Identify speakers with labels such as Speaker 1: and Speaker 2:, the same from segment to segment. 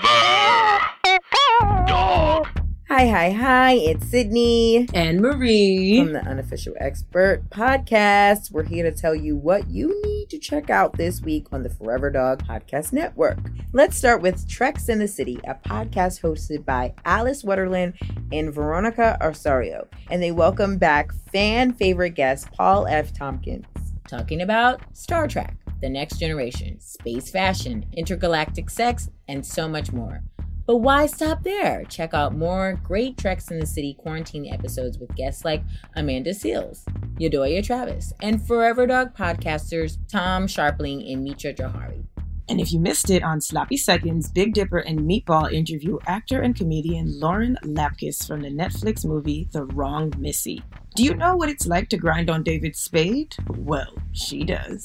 Speaker 1: Forever. Dog.
Speaker 2: Hi, hi, hi. It's Sydney
Speaker 3: and Marie.
Speaker 2: from the Unofficial Expert Podcast. We're here to tell you what you need to check out this week on the Forever Dog Podcast Network. Let's start with Treks in the City, a podcast hosted by Alice Wetterland and Veronica Osorio. And they welcome back fan favorite guest Paul F. Tompkins, talking about Star Trek, The Next Generation, space fashion, intergalactic sex, and so much more. But why stop there? Check out more great Treks in the City quarantine episodes with guests like Amanda Seals, Yodoya Travis, and Forever Dog podcasters Tom Sharpling and Mitra Johari.
Speaker 3: And if you missed it on Sloppy Seconds, Big Dipper and Meatball interview actor and comedian Lauren Lapkus from the Netflix movie The Wrong Missy. Do you know what it's like to grind on David Spade? Well, she does.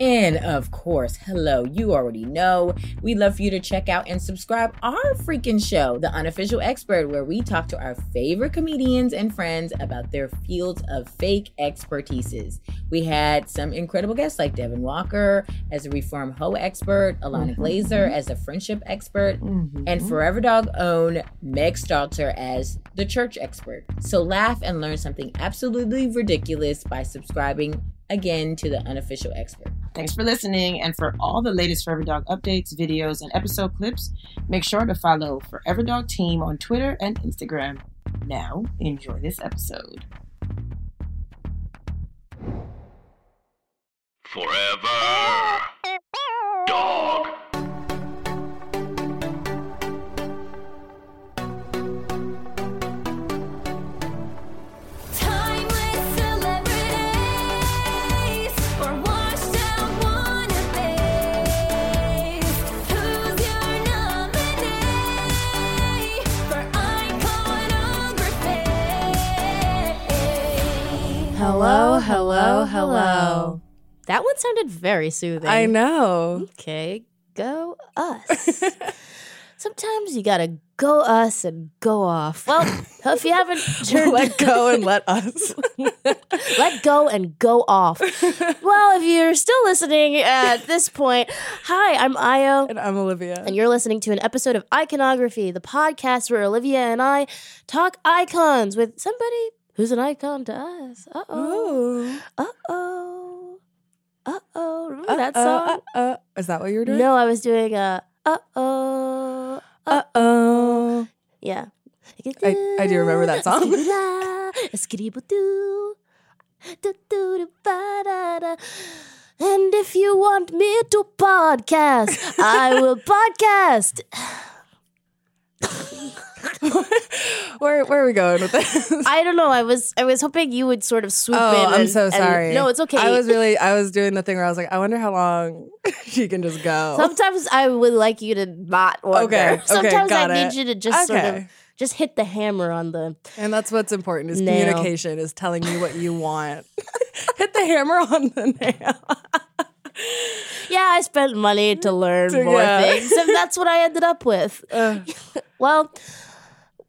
Speaker 2: And of course, hello, you already know. We'd love for you to check out and subscribe our freaking show, The Unofficial Expert, where we talk to our favorite comedians and friends about their fields of fake expertises. We had some incredible guests like Devin Walker as a reform hoe expert, Alana
Speaker 3: Mhm.
Speaker 2: Glazer as a friendship expert, and
Speaker 3: Mhm.
Speaker 2: Forever Dog own Meg Stalter as the church expert. So laugh and learn something absolutely ridiculous by subscribing again to the unofficial expert.
Speaker 3: Thanks for listening. And for all the latest Forever Dog updates, videos, and episode clips, make sure to follow Forever Dog Team on Twitter and Instagram. Now, enjoy this episode.
Speaker 1: Forever. Dog.
Speaker 4: Timeless celebrities or washed out wannabes. Who's your nominee for iconography?
Speaker 5: Hello, hello, hello.
Speaker 6: That one sounded very soothing.
Speaker 5: I know.
Speaker 6: Okay, go us. Sometimes you gotta go us and go off. Well, if you haven't turned
Speaker 5: let go and let us.
Speaker 6: let go and go off. Well, if you're still listening at this point, hi, I'm Io.
Speaker 5: and I'm Olivia.
Speaker 6: And you're listening to an episode of Iconography, the podcast where Olivia and I talk icons with somebody who's an icon to us. Uh oh.
Speaker 5: Ooh.
Speaker 6: Uh oh. Uh oh. Remember
Speaker 5: Uh,
Speaker 6: that
Speaker 5: uh,
Speaker 6: song?
Speaker 5: uh, uh. Is that what you were doing?
Speaker 6: No, I was doing a uh oh.
Speaker 5: Uh oh.
Speaker 6: Yeah.
Speaker 5: I- I do remember that song.
Speaker 6: Skidoo-dah, skidoo-boo-doo, doo-doo-doo-ba-da-da. And if you want me to podcast, I will podcast.
Speaker 5: where where are we going with this?
Speaker 6: I don't know. I was I was hoping you would sort of swoop
Speaker 5: oh,
Speaker 6: in.
Speaker 5: I'm
Speaker 6: and-
Speaker 5: so
Speaker 6: and-
Speaker 5: sorry.
Speaker 6: no, it's okay.
Speaker 5: I was really I was doing the thing where I was like, I wonder how long she can just go.
Speaker 6: Sometimes I would like you to not wonder.
Speaker 5: Okay, okay,
Speaker 6: Sometimes
Speaker 5: got
Speaker 6: I
Speaker 5: it.
Speaker 6: need you to just sort of
Speaker 5: Okay.
Speaker 6: just hit the hammer on the
Speaker 5: and that's what's important is
Speaker 6: Nail.
Speaker 5: communication is telling you what you want. Hit the hammer on the nail.
Speaker 6: yeah, I spent money to learn
Speaker 5: To-
Speaker 6: more
Speaker 5: yeah.
Speaker 6: things, and that's what I ended up with. well,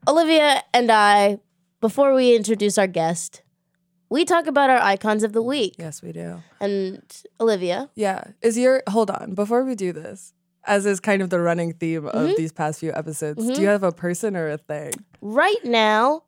Speaker 6: Olivia and I, before we introduce our guest, we talk about our icons of the week.
Speaker 5: yes, we do.
Speaker 6: And Olivia,
Speaker 5: Yeah. Is your hold on before we do this? As is kind of the running theme of
Speaker 6: Mm-hmm.
Speaker 5: these past few episodes. Do you have a person or a thing?
Speaker 6: right now,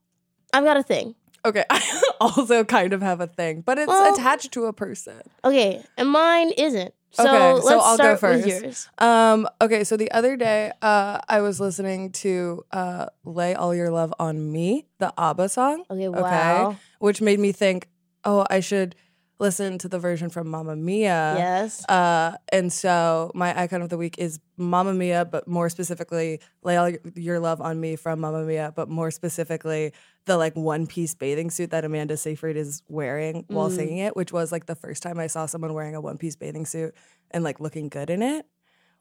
Speaker 6: I've got a thing.
Speaker 5: Okay, I also kind of have a thing, but it's
Speaker 6: Well-
Speaker 5: attached to a person.
Speaker 6: Okay, and mine isn't. So
Speaker 5: Okay, so
Speaker 6: let's
Speaker 5: I'll go
Speaker 6: start
Speaker 5: first.
Speaker 6: with yours.
Speaker 5: Um, okay, so the other day, uh, I was listening to uh, "Lay All Your Love on Me," the ABBA song.
Speaker 6: Okay, wow.
Speaker 5: which made me think, oh, I should listen to the version from Mamma Mia.
Speaker 6: yes.
Speaker 5: Uh, and so my icon of the week is Mamma Mia, but more specifically, Lay All Your Love on Me from Mamma Mia, but more specifically, the like one piece bathing suit that Amanda Seyfried is wearing while
Speaker 6: Mm.
Speaker 5: singing it, which was like the first time I saw someone wearing a one piece bathing suit and like looking good in it,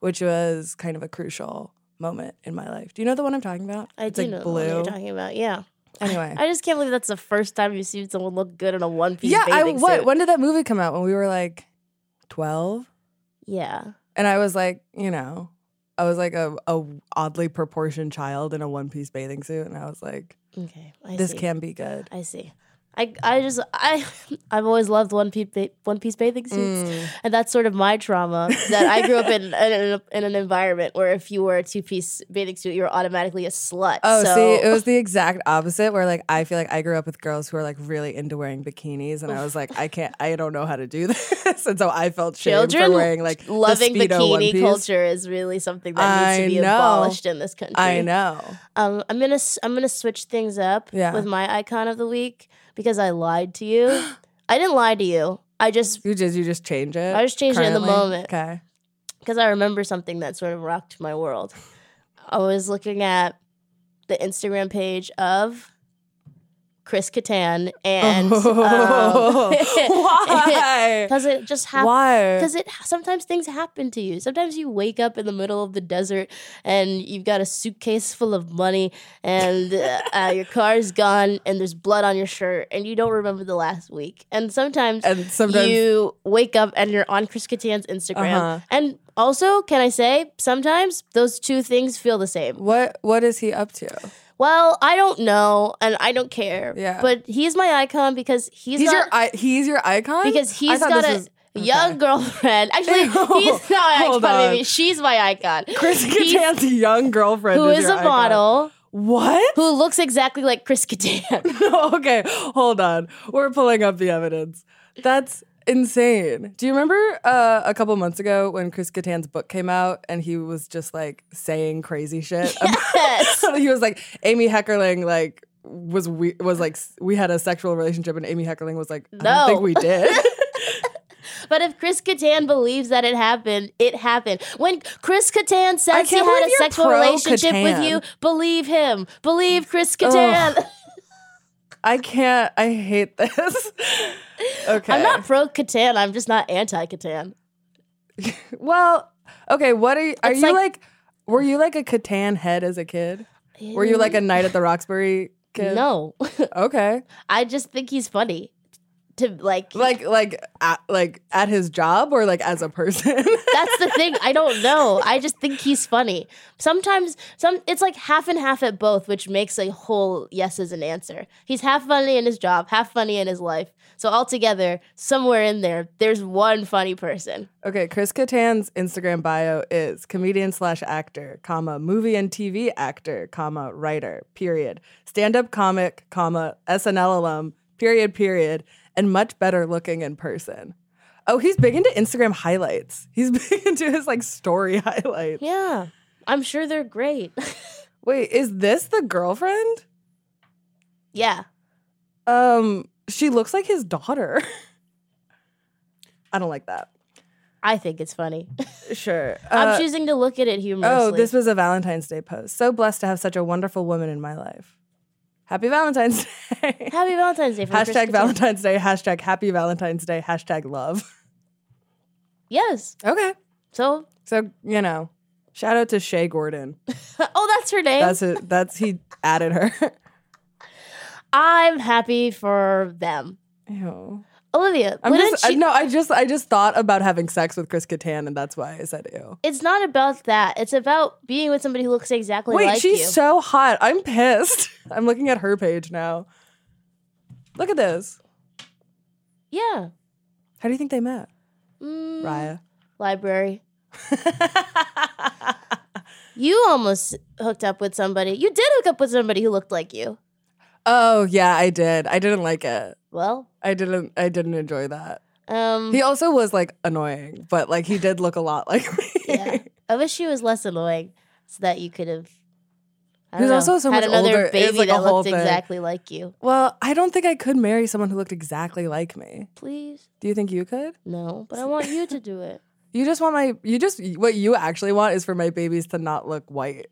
Speaker 5: which was kind of a crucial moment in my life. Do you know the one I'm talking about?
Speaker 6: I
Speaker 5: it's
Speaker 6: do
Speaker 5: like
Speaker 6: know the one
Speaker 5: blue.
Speaker 6: you're talking about. Yeah.
Speaker 5: anyway.
Speaker 6: I just can't believe that's the first time you've seen someone look good in a one piece
Speaker 5: yeah, I
Speaker 6: bathing
Speaker 5: what
Speaker 6: suit.
Speaker 5: when did that movie come out? When we were like 12?
Speaker 6: yeah.
Speaker 5: And I was like, you know, I was like a, a oddly proportioned child in a one piece bathing suit, and I was like,
Speaker 6: Okay. I
Speaker 5: this
Speaker 6: see.
Speaker 5: can be good.
Speaker 6: I see. I I just I I've always loved one piece ba- one piece bathing
Speaker 5: Mm.
Speaker 6: suits, and that's sort of my trauma that I grew up in in, an- in an environment where if you were a two piece bathing suit, you were automatically a slut.
Speaker 5: Oh,
Speaker 6: so,
Speaker 5: see, it was the exact opposite. Where like I feel like I grew up with girls who are like really into wearing bikinis, and I was like, I can't, I don't know how to do this, and so I felt shame for
Speaker 6: children
Speaker 5: wearing like the
Speaker 6: loving
Speaker 5: Speedo one
Speaker 6: bikini
Speaker 5: piece.
Speaker 6: culture is really something that needs
Speaker 5: I
Speaker 6: to be
Speaker 5: know.
Speaker 6: abolished in this country.
Speaker 5: I know.
Speaker 6: Um, I'm gonna s- I'm gonna switch things up
Speaker 5: Yeah.
Speaker 6: with my icon of the week because I lied to you. I didn't lie to you. I just
Speaker 5: You just you just change it.
Speaker 6: I just changed it in the moment.
Speaker 5: Okay.
Speaker 6: because I remember something that sort of rocked my world. I was looking at the Instagram page of Chris Kattan and um,
Speaker 5: Oh. why?
Speaker 6: because it just happened.
Speaker 5: Why?
Speaker 6: Because it sometimes things happen to you. Sometimes you wake up in the middle of the desert and you've got a suitcase full of money and uh, uh, your car's gone and there's blood on your shirt and you don't remember the last week. And sometimes,
Speaker 5: and sometimes
Speaker 6: you wake up and you're on Chris Kattan's Instagram.
Speaker 5: Uh-huh.
Speaker 6: And also, can I say sometimes those two things feel the same?
Speaker 5: what what is he up to?
Speaker 6: Well, I don't know and I don't care.
Speaker 5: Yeah.
Speaker 6: But he's my icon because he's,
Speaker 5: He's,
Speaker 6: not
Speaker 5: your I, he's your icon
Speaker 6: because
Speaker 5: I
Speaker 6: he's
Speaker 5: thought
Speaker 6: got
Speaker 5: this
Speaker 6: a
Speaker 5: was- okay.
Speaker 6: young girlfriend. Actually, he's not my
Speaker 5: Hold
Speaker 6: icon.
Speaker 5: on.
Speaker 6: Maybe she's my icon.
Speaker 5: Chris
Speaker 6: He's-
Speaker 5: Kattan's young girlfriend
Speaker 6: who is
Speaker 5: your
Speaker 6: a
Speaker 5: icon.
Speaker 6: model
Speaker 5: What?
Speaker 6: who looks exactly like Chris Kattan.
Speaker 5: okay, hold on. We're pulling up the evidence. That's insane. Do you remember uh, a couple months ago when Chris Kattan's book came out and he was just like saying crazy shit?
Speaker 6: Yes.
Speaker 5: he was like, Amy Heckerling, like, was we was like s- we had a sexual relationship and Amy Heckerling was like I
Speaker 6: No.
Speaker 5: don't think we did.
Speaker 6: But if Chris Kattan believes that it happened, it happened. When Chris Kattan
Speaker 5: I
Speaker 6: says he had
Speaker 5: can't believe
Speaker 6: a
Speaker 5: you're
Speaker 6: sexual
Speaker 5: pro
Speaker 6: relationship with
Speaker 5: Kattan.
Speaker 6: you, believe him. Believe Chris Kattan.
Speaker 5: I can't. I hate this. Okay.
Speaker 6: I'm not pro Kattan. I'm just not anti Kattan.
Speaker 5: Well, okay. What are you? Are
Speaker 6: It's
Speaker 5: you like,
Speaker 6: like-
Speaker 5: Were you like a Catan head as a kid? Were you like a Knight at the Roxbury kid?
Speaker 6: No,
Speaker 5: Okay.
Speaker 6: I just think he's funny. To like,
Speaker 5: Like like at, like at his job or like as a person?
Speaker 6: that's the thing. I don't know. I just think he's funny. Sometimes, some it's like half and half at both, which makes a whole yes as an answer. He's half funny in his job, half funny in his life. So altogether, somewhere in there, there's one funny person.
Speaker 5: okay. Chris Catan's Instagram bio is comedian slash actor, comma movie and TV actor, comma writer, period, stand up comic, comma SNL alum, period, period, and much better looking in person. Oh, he's big into Instagram highlights. He's big into his like story highlights.
Speaker 6: Yeah, I'm sure they're great.
Speaker 5: Wait, is this the girlfriend?
Speaker 6: yeah,
Speaker 5: Um, she looks like his daughter. I don't like that.
Speaker 6: I think it's funny.
Speaker 5: Sure.
Speaker 6: I'm choosing to look at it humorously.
Speaker 5: Uh, oh, this was a Valentine's Day post. So blessed to have such a wonderful woman in my life. Happy Valentine's Day.
Speaker 6: Happy Valentine's Day. From Chris
Speaker 5: hashtag
Speaker 6: Kattan.
Speaker 5: Valentine's Day. Hashtag Happy Valentine's Day. Hashtag love.
Speaker 6: Yes.
Speaker 5: Okay.
Speaker 6: So,
Speaker 5: So you know, shout out to Shay Gordon.
Speaker 6: oh, that's her name.
Speaker 5: That's it. That's he added her.
Speaker 6: I'm happy for them.
Speaker 5: Ew.
Speaker 6: Olivia,
Speaker 5: I'm
Speaker 6: why
Speaker 5: just
Speaker 6: don't you-
Speaker 5: no. I just I just thought about having sex with Chris Kattan, and that's why I said ew.
Speaker 6: it's not about that. It's about being with somebody who looks exactly
Speaker 5: Wait,
Speaker 6: like
Speaker 5: she's
Speaker 6: you.
Speaker 5: so hot. I'm pissed. I'm looking at her page now. Look at this.
Speaker 6: yeah.
Speaker 5: How do you think they met,
Speaker 6: Mm,
Speaker 5: Raya?
Speaker 6: Library. You almost hooked up with somebody. You did hook up with somebody who looked like you.
Speaker 5: oh yeah, I did. I didn't like it.
Speaker 6: Well,
Speaker 5: I didn't. I didn't enjoy that.
Speaker 6: um,
Speaker 5: He also was like annoying, but like he did look a lot like me.
Speaker 6: yeah. I wish she was less annoying so that you could have. I
Speaker 5: He
Speaker 6: don't
Speaker 5: was
Speaker 6: know,
Speaker 5: also so
Speaker 6: had
Speaker 5: much
Speaker 6: another
Speaker 5: older. It's
Speaker 6: baby
Speaker 5: like a
Speaker 6: that
Speaker 5: whole
Speaker 6: looked
Speaker 5: thing.
Speaker 6: exactly like you.
Speaker 5: Well, I don't think I could marry someone who looked exactly like me.
Speaker 6: Please,
Speaker 5: Do you think you could?
Speaker 6: no. But I want you to do it.
Speaker 5: You just want my. You just what you actually want is for my babies to not look white,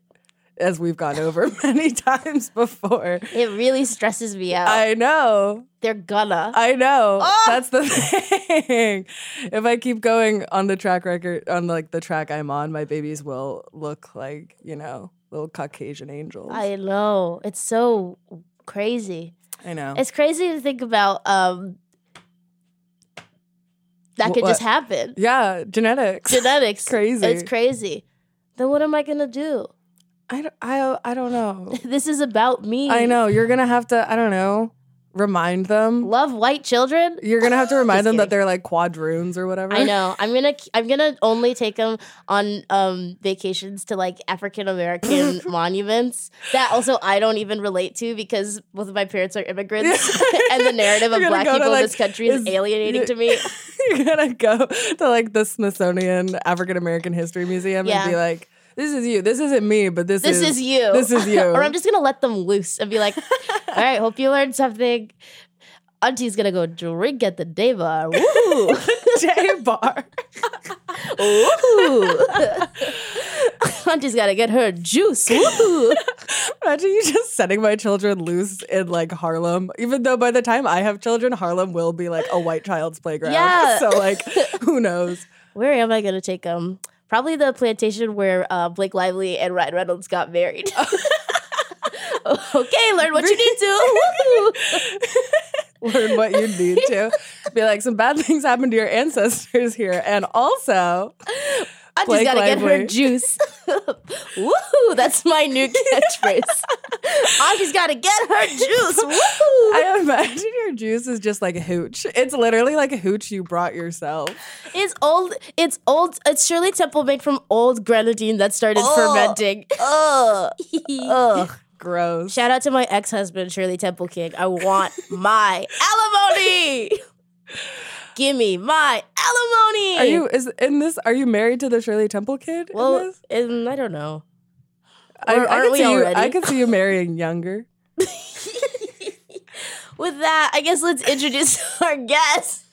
Speaker 5: as we've gone over many times before.
Speaker 6: It really stresses me out.
Speaker 5: I know.
Speaker 6: They're gonna.
Speaker 5: I know.
Speaker 6: Oh!
Speaker 5: That's the thing. If I keep going on the track record, on like the track I'm on, my babies will look like you know little Caucasian angels. I,
Speaker 6: I know. It's so crazy.
Speaker 5: know.
Speaker 6: It's crazy to think about um that could just
Speaker 5: What?
Speaker 6: happen.
Speaker 5: yeah, genetics.
Speaker 6: Genetics.
Speaker 5: Crazy.
Speaker 6: It's crazy. Then what am I gonna do?
Speaker 5: I, don't- I, I don't know.
Speaker 6: This is about me.
Speaker 5: I know you're gonna have to. I don't know. remind them.
Speaker 6: Love white children.
Speaker 5: You're gonna have to remind
Speaker 6: Just
Speaker 5: them that
Speaker 6: kidding.
Speaker 5: they're like quadroons or whatever.
Speaker 6: I know. I'm gonna I'm gonna only take them on um vacations to like African American monuments that also I don't even relate to because both of my parents are immigrants and the narrative of
Speaker 5: You're gonna
Speaker 6: black
Speaker 5: go to,
Speaker 6: people in
Speaker 5: like,
Speaker 6: this country is,
Speaker 5: is-
Speaker 6: alienating to me.
Speaker 5: You're gonna go to like the Smithsonian African American History Museum
Speaker 6: Yeah.
Speaker 5: and be like, "This is you. This isn't me, but this,
Speaker 6: This is you.
Speaker 5: This is you.
Speaker 6: or I'm just gonna let them loose and be like, all right, hope you learned something. Auntie's gonna go drink at the day bar. Woo!
Speaker 5: J bar.
Speaker 6: Woo! Auntie's gotta get her juice. Woo!
Speaker 5: Imagine you just setting my children loose in like Harlem. Even though by the time I have children, Harlem will be like a white child's playground.
Speaker 6: Yeah.
Speaker 5: So like, who knows?
Speaker 6: Where am I gonna take them? Probably the plantation where uh, Blake Lively and Ryan Reynolds got married. okay, learn what you need to.
Speaker 5: Learn what you need to. Be like, some bad things happened to your ancestors here, and also
Speaker 6: I just
Speaker 5: Blake
Speaker 6: gotta get her
Speaker 5: Lively.
Speaker 6: juice. Woohoo! That's my new catchphrase. Auntie's gotta get her juice. Woohoo!
Speaker 5: I imagine your juice is just like hooch. It's literally like a hooch you brought yourself.
Speaker 6: It's old. It's old. It's Shirley Temple made from old grenadine that started fermenting. Ugh. Ugh.
Speaker 5: Gross.
Speaker 6: Shout out to my ex husband, Shirley Temple King. I want my alimony. Give me my alimony.
Speaker 5: Are you is in this? Are you married to the Shirley Temple kid? in
Speaker 6: Well,
Speaker 5: this?
Speaker 6: um, I don't know.
Speaker 5: I,
Speaker 6: or
Speaker 5: I
Speaker 6: aren't
Speaker 5: could
Speaker 6: we
Speaker 5: see you, I
Speaker 6: already?
Speaker 5: could see you marrying younger.
Speaker 6: With that, I guess let's introduce our guest,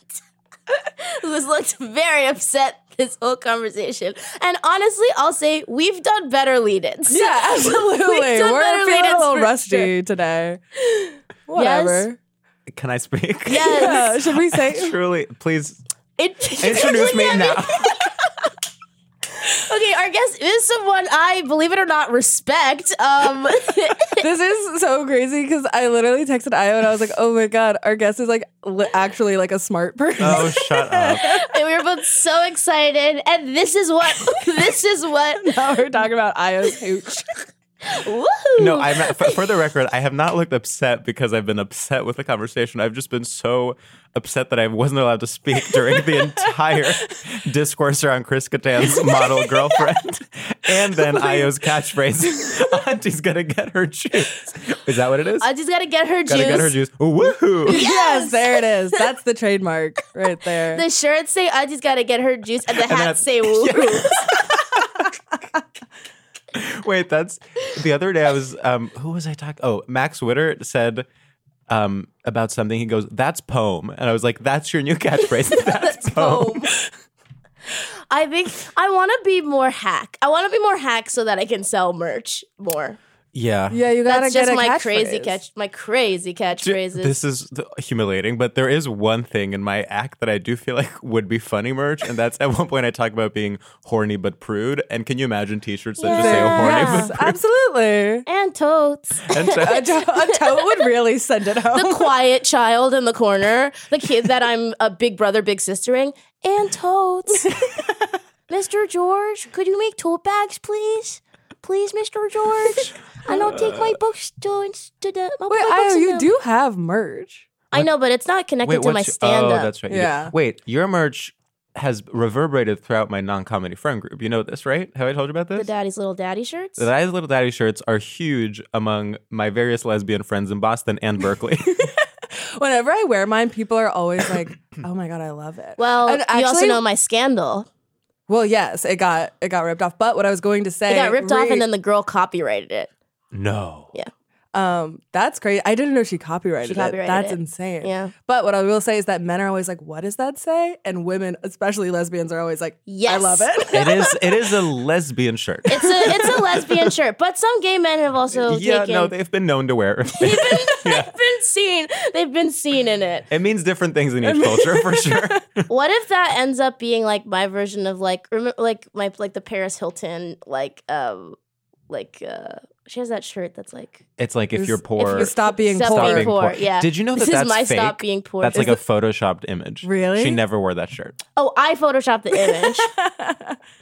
Speaker 6: who has looked very upset this whole conversation. And honestly, I'll say we've done better lead-ins.
Speaker 5: Yeah, absolutely.
Speaker 6: We've done
Speaker 5: We're
Speaker 6: better
Speaker 5: feeling
Speaker 6: lead-ins
Speaker 5: a little
Speaker 6: for
Speaker 5: rusty
Speaker 6: sure.
Speaker 5: today. Whatever.
Speaker 7: Can I speak?
Speaker 5: Yeah,
Speaker 6: Yes.
Speaker 5: should we say?
Speaker 7: Truly, please
Speaker 6: It-
Speaker 7: introduce me now.
Speaker 6: Okay, our guest is someone I, believe it or not, respect. Um,
Speaker 5: this is so crazy because I literally texted Io and I was like, "Oh my god, our guest is like li- actually like a smart person."
Speaker 7: Oh, shut up.
Speaker 6: and we were both so excited. And this is what this is what.
Speaker 5: now we're talking about Io's hooch.
Speaker 6: Woohoo!
Speaker 7: No, I'm not, for, for the record, I have not looked upset because I've been upset with the conversation. I've just been so upset that I wasn't allowed to speak during the entire discourse around Chris Kattan's model girlfriend. And then Io's catchphrase, Auntie's gonna get her juice. Is that what it is?
Speaker 6: Auntie's gotta get her
Speaker 7: Gotta
Speaker 6: juice.
Speaker 7: get her juice. Woohoo!
Speaker 5: yes, there it is. That's the trademark right there.
Speaker 6: The shirts say Auntie's gotta get her juice, and the
Speaker 7: then
Speaker 6: hats
Speaker 7: it's-
Speaker 6: say woo.
Speaker 7: Wait, that's the other day I was um who was I talking? Oh, Max Witter said um about something. He goes, That's poem. And I was like, That's your new catchphrase. That's poem.
Speaker 6: I think I want to be more hack. I want to be more hack so that I can sell merch more.
Speaker 7: Yeah.
Speaker 5: yeah, you gotta
Speaker 6: That's
Speaker 5: get
Speaker 6: just
Speaker 5: a
Speaker 6: my
Speaker 5: catchphrase.
Speaker 6: crazy catch, my crazy
Speaker 7: Ju-
Speaker 6: catchphrases.
Speaker 7: This is th- humiliating, but there is one thing in my act that I do feel like would be funny merch, and that's at one point I talk about being horny but prude. And can you imagine T-shirts that just say
Speaker 5: Yes,
Speaker 7: horny
Speaker 5: absolutely.
Speaker 6: and totes.
Speaker 7: but prude?
Speaker 5: A
Speaker 7: And so-
Speaker 5: tote, a tote would really send it home.
Speaker 6: The quiet child in the corner, the kid that I'm a big brother, big sistering, and totes. Mr. George, could you make tote bags, please? Please, Mr. George. I don't take my books to, to the. I'll put
Speaker 5: Wait,
Speaker 6: my books
Speaker 5: Io,
Speaker 6: in
Speaker 5: you
Speaker 6: them.
Speaker 5: do have merch.
Speaker 6: I know, but it's not connected to my
Speaker 7: what's-
Speaker 6: stand
Speaker 7: Oh,
Speaker 6: up.
Speaker 7: that's right. you do.
Speaker 5: Yeah.
Speaker 7: Wait, your merch has reverberated throughout my non-comedy friend group. You know this, right? Have I told you about
Speaker 6: the
Speaker 7: this?
Speaker 6: daddy's little daddy shirts.
Speaker 7: The Daddy's Little Daddy shirts are huge among my various lesbian friends in Boston and Berkeley.
Speaker 5: Whenever I wear mine, people are always like, "Oh my god, I love it."
Speaker 6: well,
Speaker 5: And
Speaker 6: you also
Speaker 5: actually-
Speaker 6: know my scandal.
Speaker 5: Well, yes, it got it got ripped off. But what I was going to say,
Speaker 6: It got ripped off,
Speaker 5: re-
Speaker 6: and then the girl copyrighted it.
Speaker 7: no.
Speaker 5: um, that's crazy. I didn't know she copyrighted,
Speaker 6: She copyrighted
Speaker 5: it. That's
Speaker 6: it.
Speaker 5: insane.
Speaker 6: Yeah.
Speaker 5: But what I will say is that men are always like, "What does that say?" And women, especially lesbians, are always like,
Speaker 6: Yes.
Speaker 5: I love it."
Speaker 7: It is it is a lesbian shirt.
Speaker 6: It's a it's a lesbian shirt, but some gay men have also
Speaker 7: yeah,
Speaker 6: taken.
Speaker 7: no, they've been known to wear it.
Speaker 6: they've been seen. They've been seen in it.
Speaker 7: It means different things in each culture for sure.
Speaker 6: What if that ends up being like my version of like remember like my like the Paris Hilton like um like uh she has that shirt that's like
Speaker 7: It's like if
Speaker 5: If
Speaker 7: you're poor,
Speaker 5: you stop being
Speaker 6: Stop
Speaker 5: poor.
Speaker 6: being poor. yeah.
Speaker 7: Did you know that
Speaker 6: this
Speaker 7: that's
Speaker 6: is my
Speaker 7: fake?
Speaker 6: stop being poor.
Speaker 7: That's
Speaker 6: Is
Speaker 7: like a photoshopped image.
Speaker 5: Really?
Speaker 7: She never wore that shirt
Speaker 6: the- oh I photoshopped the image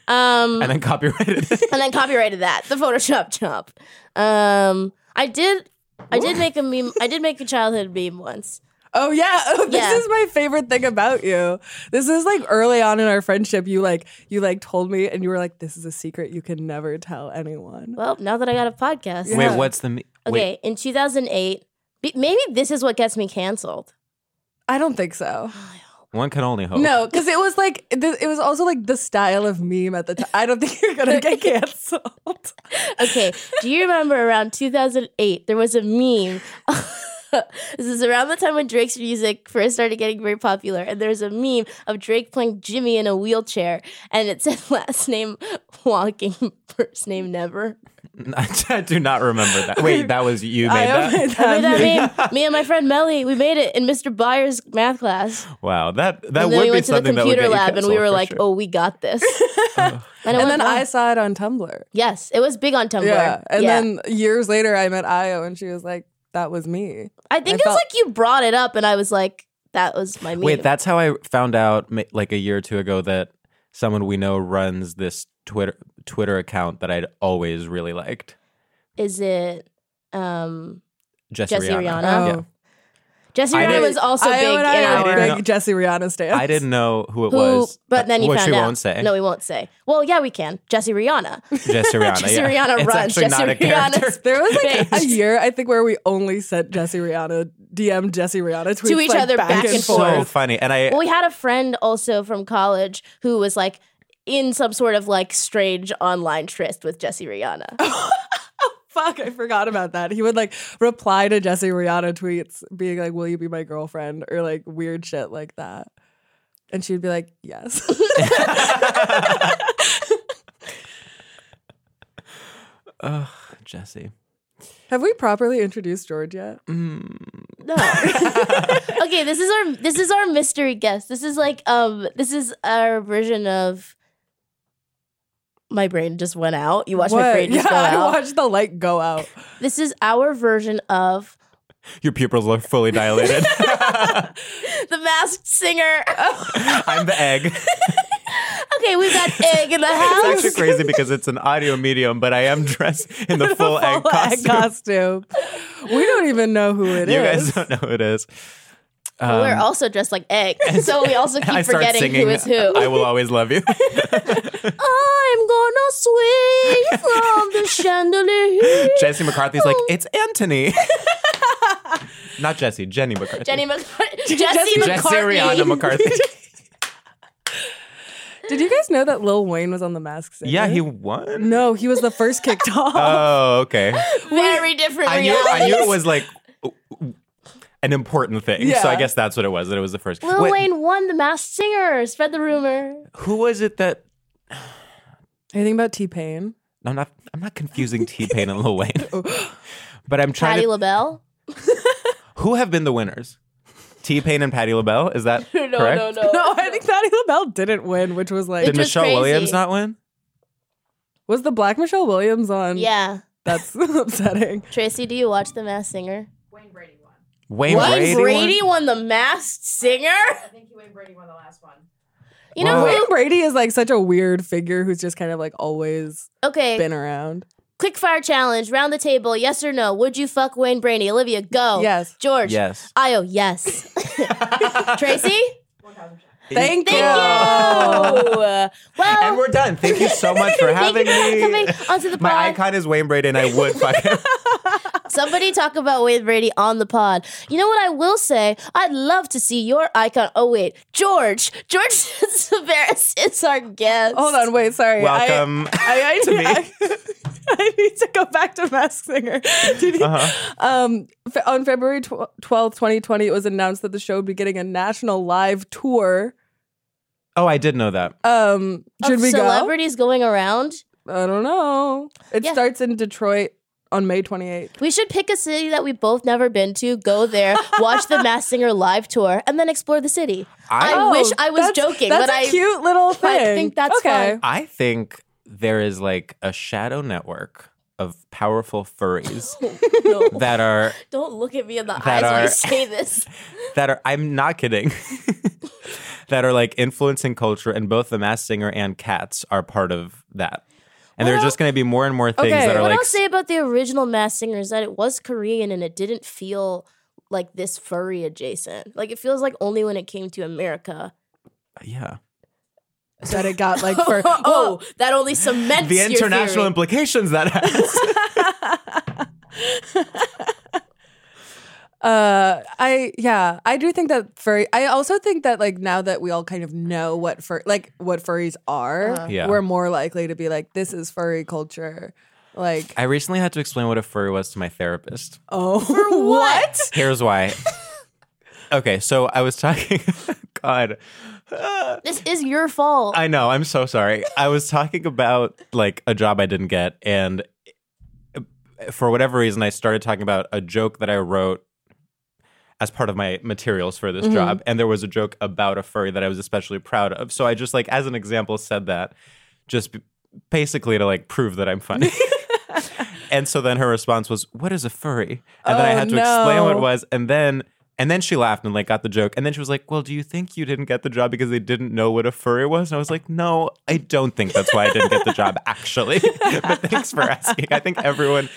Speaker 6: um
Speaker 7: and then copyrighted it.
Speaker 6: and then copyrighted that the Photoshop chop. Um, I did I did make a meme. I did make a childhood meme once.
Speaker 5: Oh yeah, oh, this
Speaker 6: Yeah.
Speaker 5: is my favorite thing about you. This is like early on in our friendship. You like you like told me, and you were like, "This is a secret you can never tell anyone."
Speaker 6: Well, now that I got a podcast.
Speaker 7: Wait, what's the me-
Speaker 6: Okay,
Speaker 7: wait?
Speaker 6: in 2008, be- maybe this is what gets me canceled.
Speaker 5: I don't think so.
Speaker 7: One can only hope.
Speaker 5: No, because it was like th- it was also like the style of meme at the time. I don't think you're gonna get canceled.
Speaker 6: Okay, do you remember around 2008 there was a meme? this is around the time when Drake's music first started getting very popular, and there's a meme of Drake playing Jimmy in a wheelchair, and it said last name walking, first name never.
Speaker 7: I do not remember that. Wait, that was you made
Speaker 5: I
Speaker 7: that.
Speaker 5: made
Speaker 6: I
Speaker 5: that
Speaker 6: made
Speaker 5: meme.
Speaker 6: that meme. Me and my friend Melly, we made it in Mr. Byers' math class.
Speaker 7: Wow, that that
Speaker 6: and
Speaker 7: would
Speaker 6: then we
Speaker 7: be
Speaker 6: went to the
Speaker 7: something that would
Speaker 6: computer
Speaker 7: get you
Speaker 6: lab, and we
Speaker 7: canceled
Speaker 6: were
Speaker 7: for
Speaker 6: like,
Speaker 7: sure.
Speaker 6: "Oh, we got this." and,
Speaker 5: And then I
Speaker 6: I, "Oh,
Speaker 5: saw it on Tumblr.
Speaker 6: yes, it was big on Tumblr.
Speaker 5: Yeah, and
Speaker 6: Yeah.
Speaker 5: then years later, I met Io, and she was like, "That was me."
Speaker 6: I think
Speaker 5: I
Speaker 6: it's
Speaker 5: felt-
Speaker 6: like you brought it up, and I was like, "That was my meme."
Speaker 7: Wait, that's how I found out ma- like a year or two ago that someone we know runs this Twitter Twitter account that I'd always really liked.
Speaker 6: is it. Um,
Speaker 7: Jesse,
Speaker 6: Jesse
Speaker 7: Rihanna.
Speaker 5: Um,
Speaker 6: Rihanna.
Speaker 7: Yeah.
Speaker 6: Jesse
Speaker 7: I
Speaker 6: Rihanna
Speaker 7: didn't-
Speaker 6: was also
Speaker 5: Io
Speaker 6: big in
Speaker 5: and I are
Speaker 6: our.
Speaker 7: didn't
Speaker 5: big Jesse Rihanna stands.
Speaker 7: I didn't know who it
Speaker 6: Oh. Who?
Speaker 7: was.
Speaker 6: but then you
Speaker 7: which
Speaker 6: found
Speaker 7: we
Speaker 6: out.
Speaker 7: won't say.
Speaker 6: No, we won't say. Well, yeah, we can. Jesse Rihanna.
Speaker 7: Jesse Rihanna.
Speaker 6: Jesse
Speaker 7: yeah.
Speaker 6: Rihanna
Speaker 7: It's
Speaker 6: runs.
Speaker 7: actually
Speaker 6: Jesse
Speaker 7: not a character.
Speaker 6: Rihanna's
Speaker 5: There was like a
Speaker 6: Thanks.
Speaker 5: year, I think, where we only sent Jesse Rihanna, DM Jesse Rihanna tweets
Speaker 6: each
Speaker 5: like,
Speaker 6: other back
Speaker 7: It's
Speaker 6: and
Speaker 7: so funny, and I
Speaker 6: Well, we had a friend also from college who was like in some sort of like strange online tryst with Jesse Rihanna.
Speaker 7: Oh.
Speaker 5: Fuck, I forgot about that. He would like reply to Jesse Rihanna tweets, being like, "Will you be my girlfriend?" or like weird shit like that. And she would be like, "Yes."
Speaker 7: Ugh, Jesse.
Speaker 5: Have we properly introduced George yet?
Speaker 7: Mm.
Speaker 6: No. okay, this is our this is our mystery guest. This is like um this is our version of my brain just went out. You watched my brain
Speaker 5: Yeah,
Speaker 6: just go
Speaker 5: I
Speaker 6: out.
Speaker 5: watched the light go out.
Speaker 6: this is our version of
Speaker 7: Your pupils look fully dilated.
Speaker 6: the masked singer. Oh,
Speaker 7: I'm the egg.
Speaker 6: okay, we've got egg in the
Speaker 7: It's
Speaker 6: house.
Speaker 7: actually crazy because it's an audio medium, but I am dressed in the full, egg
Speaker 5: Full egg
Speaker 7: costume.
Speaker 5: costume. We don't even know who it is.
Speaker 7: you guys don't know who it is. Um,
Speaker 6: We're also dressed like egg. So we also keep
Speaker 7: I start
Speaker 6: forgetting
Speaker 7: singing.
Speaker 6: who is who.
Speaker 7: I will always love you.
Speaker 6: I'm gonna swing from the chandelier.
Speaker 7: Jesse McCarthy's like, it's Anthony. Not Jesse, Jenny McCarthy.
Speaker 6: Jenny McCarthy. Jesse
Speaker 7: Jesse
Speaker 6: McCartney.
Speaker 7: Rihanna McCarthy.
Speaker 5: Did you guys know that Lil Wayne was on The Masked Singer?
Speaker 7: yeah, he won.
Speaker 5: No, he was the first kicked off.
Speaker 7: Oh, okay.
Speaker 6: Very different
Speaker 7: I knew,
Speaker 6: realities.
Speaker 7: I knew it was like an important thing. So
Speaker 5: Yeah.
Speaker 7: I guess that's what it was. That it was the first.
Speaker 6: Lil
Speaker 7: Wait,
Speaker 6: Wayne won the masked singer. Spread the rumor.
Speaker 7: Who was it that?
Speaker 5: Anything about T Pain?
Speaker 7: I'm not. I'm not confusing T Pain and Lil Wayne. But I'm trying
Speaker 6: Patti
Speaker 7: to.
Speaker 6: LaBelle.
Speaker 7: who have been the winners? T Pain and Patty LaBelle. Is that
Speaker 6: No,
Speaker 7: correct?
Speaker 6: no, no.
Speaker 5: No, I think Patti LaBelle didn't win, which was like,
Speaker 7: Did
Speaker 6: Which was
Speaker 7: Michelle Williams
Speaker 6: crazy.
Speaker 7: not win?
Speaker 5: was the Black Michelle Williams
Speaker 7: Um,
Speaker 5: on?
Speaker 6: Yeah.
Speaker 5: that's upsetting.
Speaker 6: Tracy, do you watch The Masked Singer?
Speaker 7: Wayne
Speaker 6: Wayne
Speaker 7: Brady.
Speaker 6: Brady won
Speaker 7: won?
Speaker 6: The Masked Singer? I think Wayne Brady won the last one. You know
Speaker 5: Wayne
Speaker 6: who?
Speaker 5: Brady is like such a weird figure who's just kind of like always
Speaker 6: Okay.
Speaker 5: been around.
Speaker 6: Quick fire challenge, round the table, yes or no. Would you fuck Wayne Brady? Olivia, go.
Speaker 5: Yes.
Speaker 6: George.
Speaker 7: Yes.
Speaker 6: Io, yes. Tracy?
Speaker 5: Thank,
Speaker 6: Thank
Speaker 5: you.
Speaker 6: you. well,
Speaker 7: And we're done. Thank you so much for
Speaker 6: thank you
Speaker 7: having
Speaker 6: for
Speaker 7: me.
Speaker 6: coming onto the pod.
Speaker 7: My icon is Wayne Brady, and I would fuck him.
Speaker 6: Somebody talk about Wayne Brady on the pod. You know what I will say? I'd love to see your icon. Oh wait, George. George Severus is our guest.
Speaker 5: Hold on, wait, sorry. I-
Speaker 7: Welcome.
Speaker 5: I, I,
Speaker 7: to me.
Speaker 5: I, I need to go back to Mask Singer. Did
Speaker 7: Uh-huh.
Speaker 5: you- um, fe- on February twelfth, twenty twenty, it was announced that the show would be getting a national live tour.
Speaker 7: oh, I did know that.
Speaker 5: Um,
Speaker 6: Of
Speaker 5: should we go?
Speaker 6: celebrities going around?
Speaker 5: I don't know. It
Speaker 6: Yeah.
Speaker 5: starts in Detroit on May twenty eighth.
Speaker 6: We should pick a city that we've both never been to, go there, watch the Mass Singer live tour, and then explore the city. I,
Speaker 7: I-
Speaker 6: wish I was
Speaker 5: Oh, that's,
Speaker 6: joking,
Speaker 5: That's
Speaker 6: but
Speaker 5: a
Speaker 6: I
Speaker 5: cute little
Speaker 6: I
Speaker 5: thing.
Speaker 6: think that's
Speaker 5: okay.
Speaker 7: I think there is like a shadow network of powerful furries that are
Speaker 6: don't look at me in the eyes
Speaker 7: That
Speaker 6: when you
Speaker 7: are-
Speaker 6: say this.
Speaker 7: that are I'm not kidding. that are like influencing culture and both the mass singer and cats are part of that. And there are
Speaker 5: Well,
Speaker 7: just going to be more and more things
Speaker 5: okay.
Speaker 7: that are
Speaker 6: what
Speaker 7: like
Speaker 6: I'll say about the original Mass Singer is that it was Korean and it didn't feel like this furry adjacent. Like it feels like only when it came to America
Speaker 7: yeah.
Speaker 5: that it got like for
Speaker 6: oh, that only cements
Speaker 7: The
Speaker 6: your
Speaker 7: international
Speaker 6: theory.
Speaker 7: implications that has.
Speaker 6: Oh.
Speaker 5: uh i yeah i do think that furry i also think that like now that we all kind of know what fur like what furries are
Speaker 6: Uh-huh.
Speaker 7: Yeah.
Speaker 5: we're more likely to be like this is furry culture like
Speaker 7: I recently had to explain what a furry was to my therapist.
Speaker 5: oh
Speaker 6: For what?
Speaker 7: Here's why. okay, so I was talking. God,
Speaker 6: This is your fault.
Speaker 7: I know. I'm so sorry. I was talking about like a job I didn't get, and uh, for whatever reason, I started talking about a joke that I wrote as part of my materials for this job, and there was a joke about a furry that I was especially proud of. So I just like as an example said that, just b- basically to like prove that I'm funny. and so then her response was, "What is a furry?" And then I
Speaker 5: Oh,
Speaker 7: had to explain what it
Speaker 5: no.
Speaker 7: was, and then. And then she laughed and like got the joke. And then she was like, "Well, do you think you didn't get the job because they didn't know what a furry was?" And I was like, "No, I don't think that's why I didn't get the job actually." but thanks for asking. I think everyone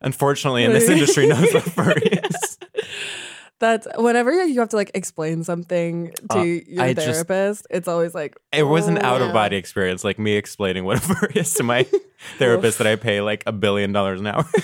Speaker 7: unfortunately in this industry knows what furry is.
Speaker 5: that's whenever you you have to like explain something to
Speaker 7: Uh,
Speaker 5: your
Speaker 7: I just-
Speaker 5: therapist it's always like
Speaker 7: It was an
Speaker 5: oh.
Speaker 7: out of
Speaker 6: yeah.
Speaker 7: body experience, like me explaining what a furry is to my therapist that I pay like a billion dollars an hour.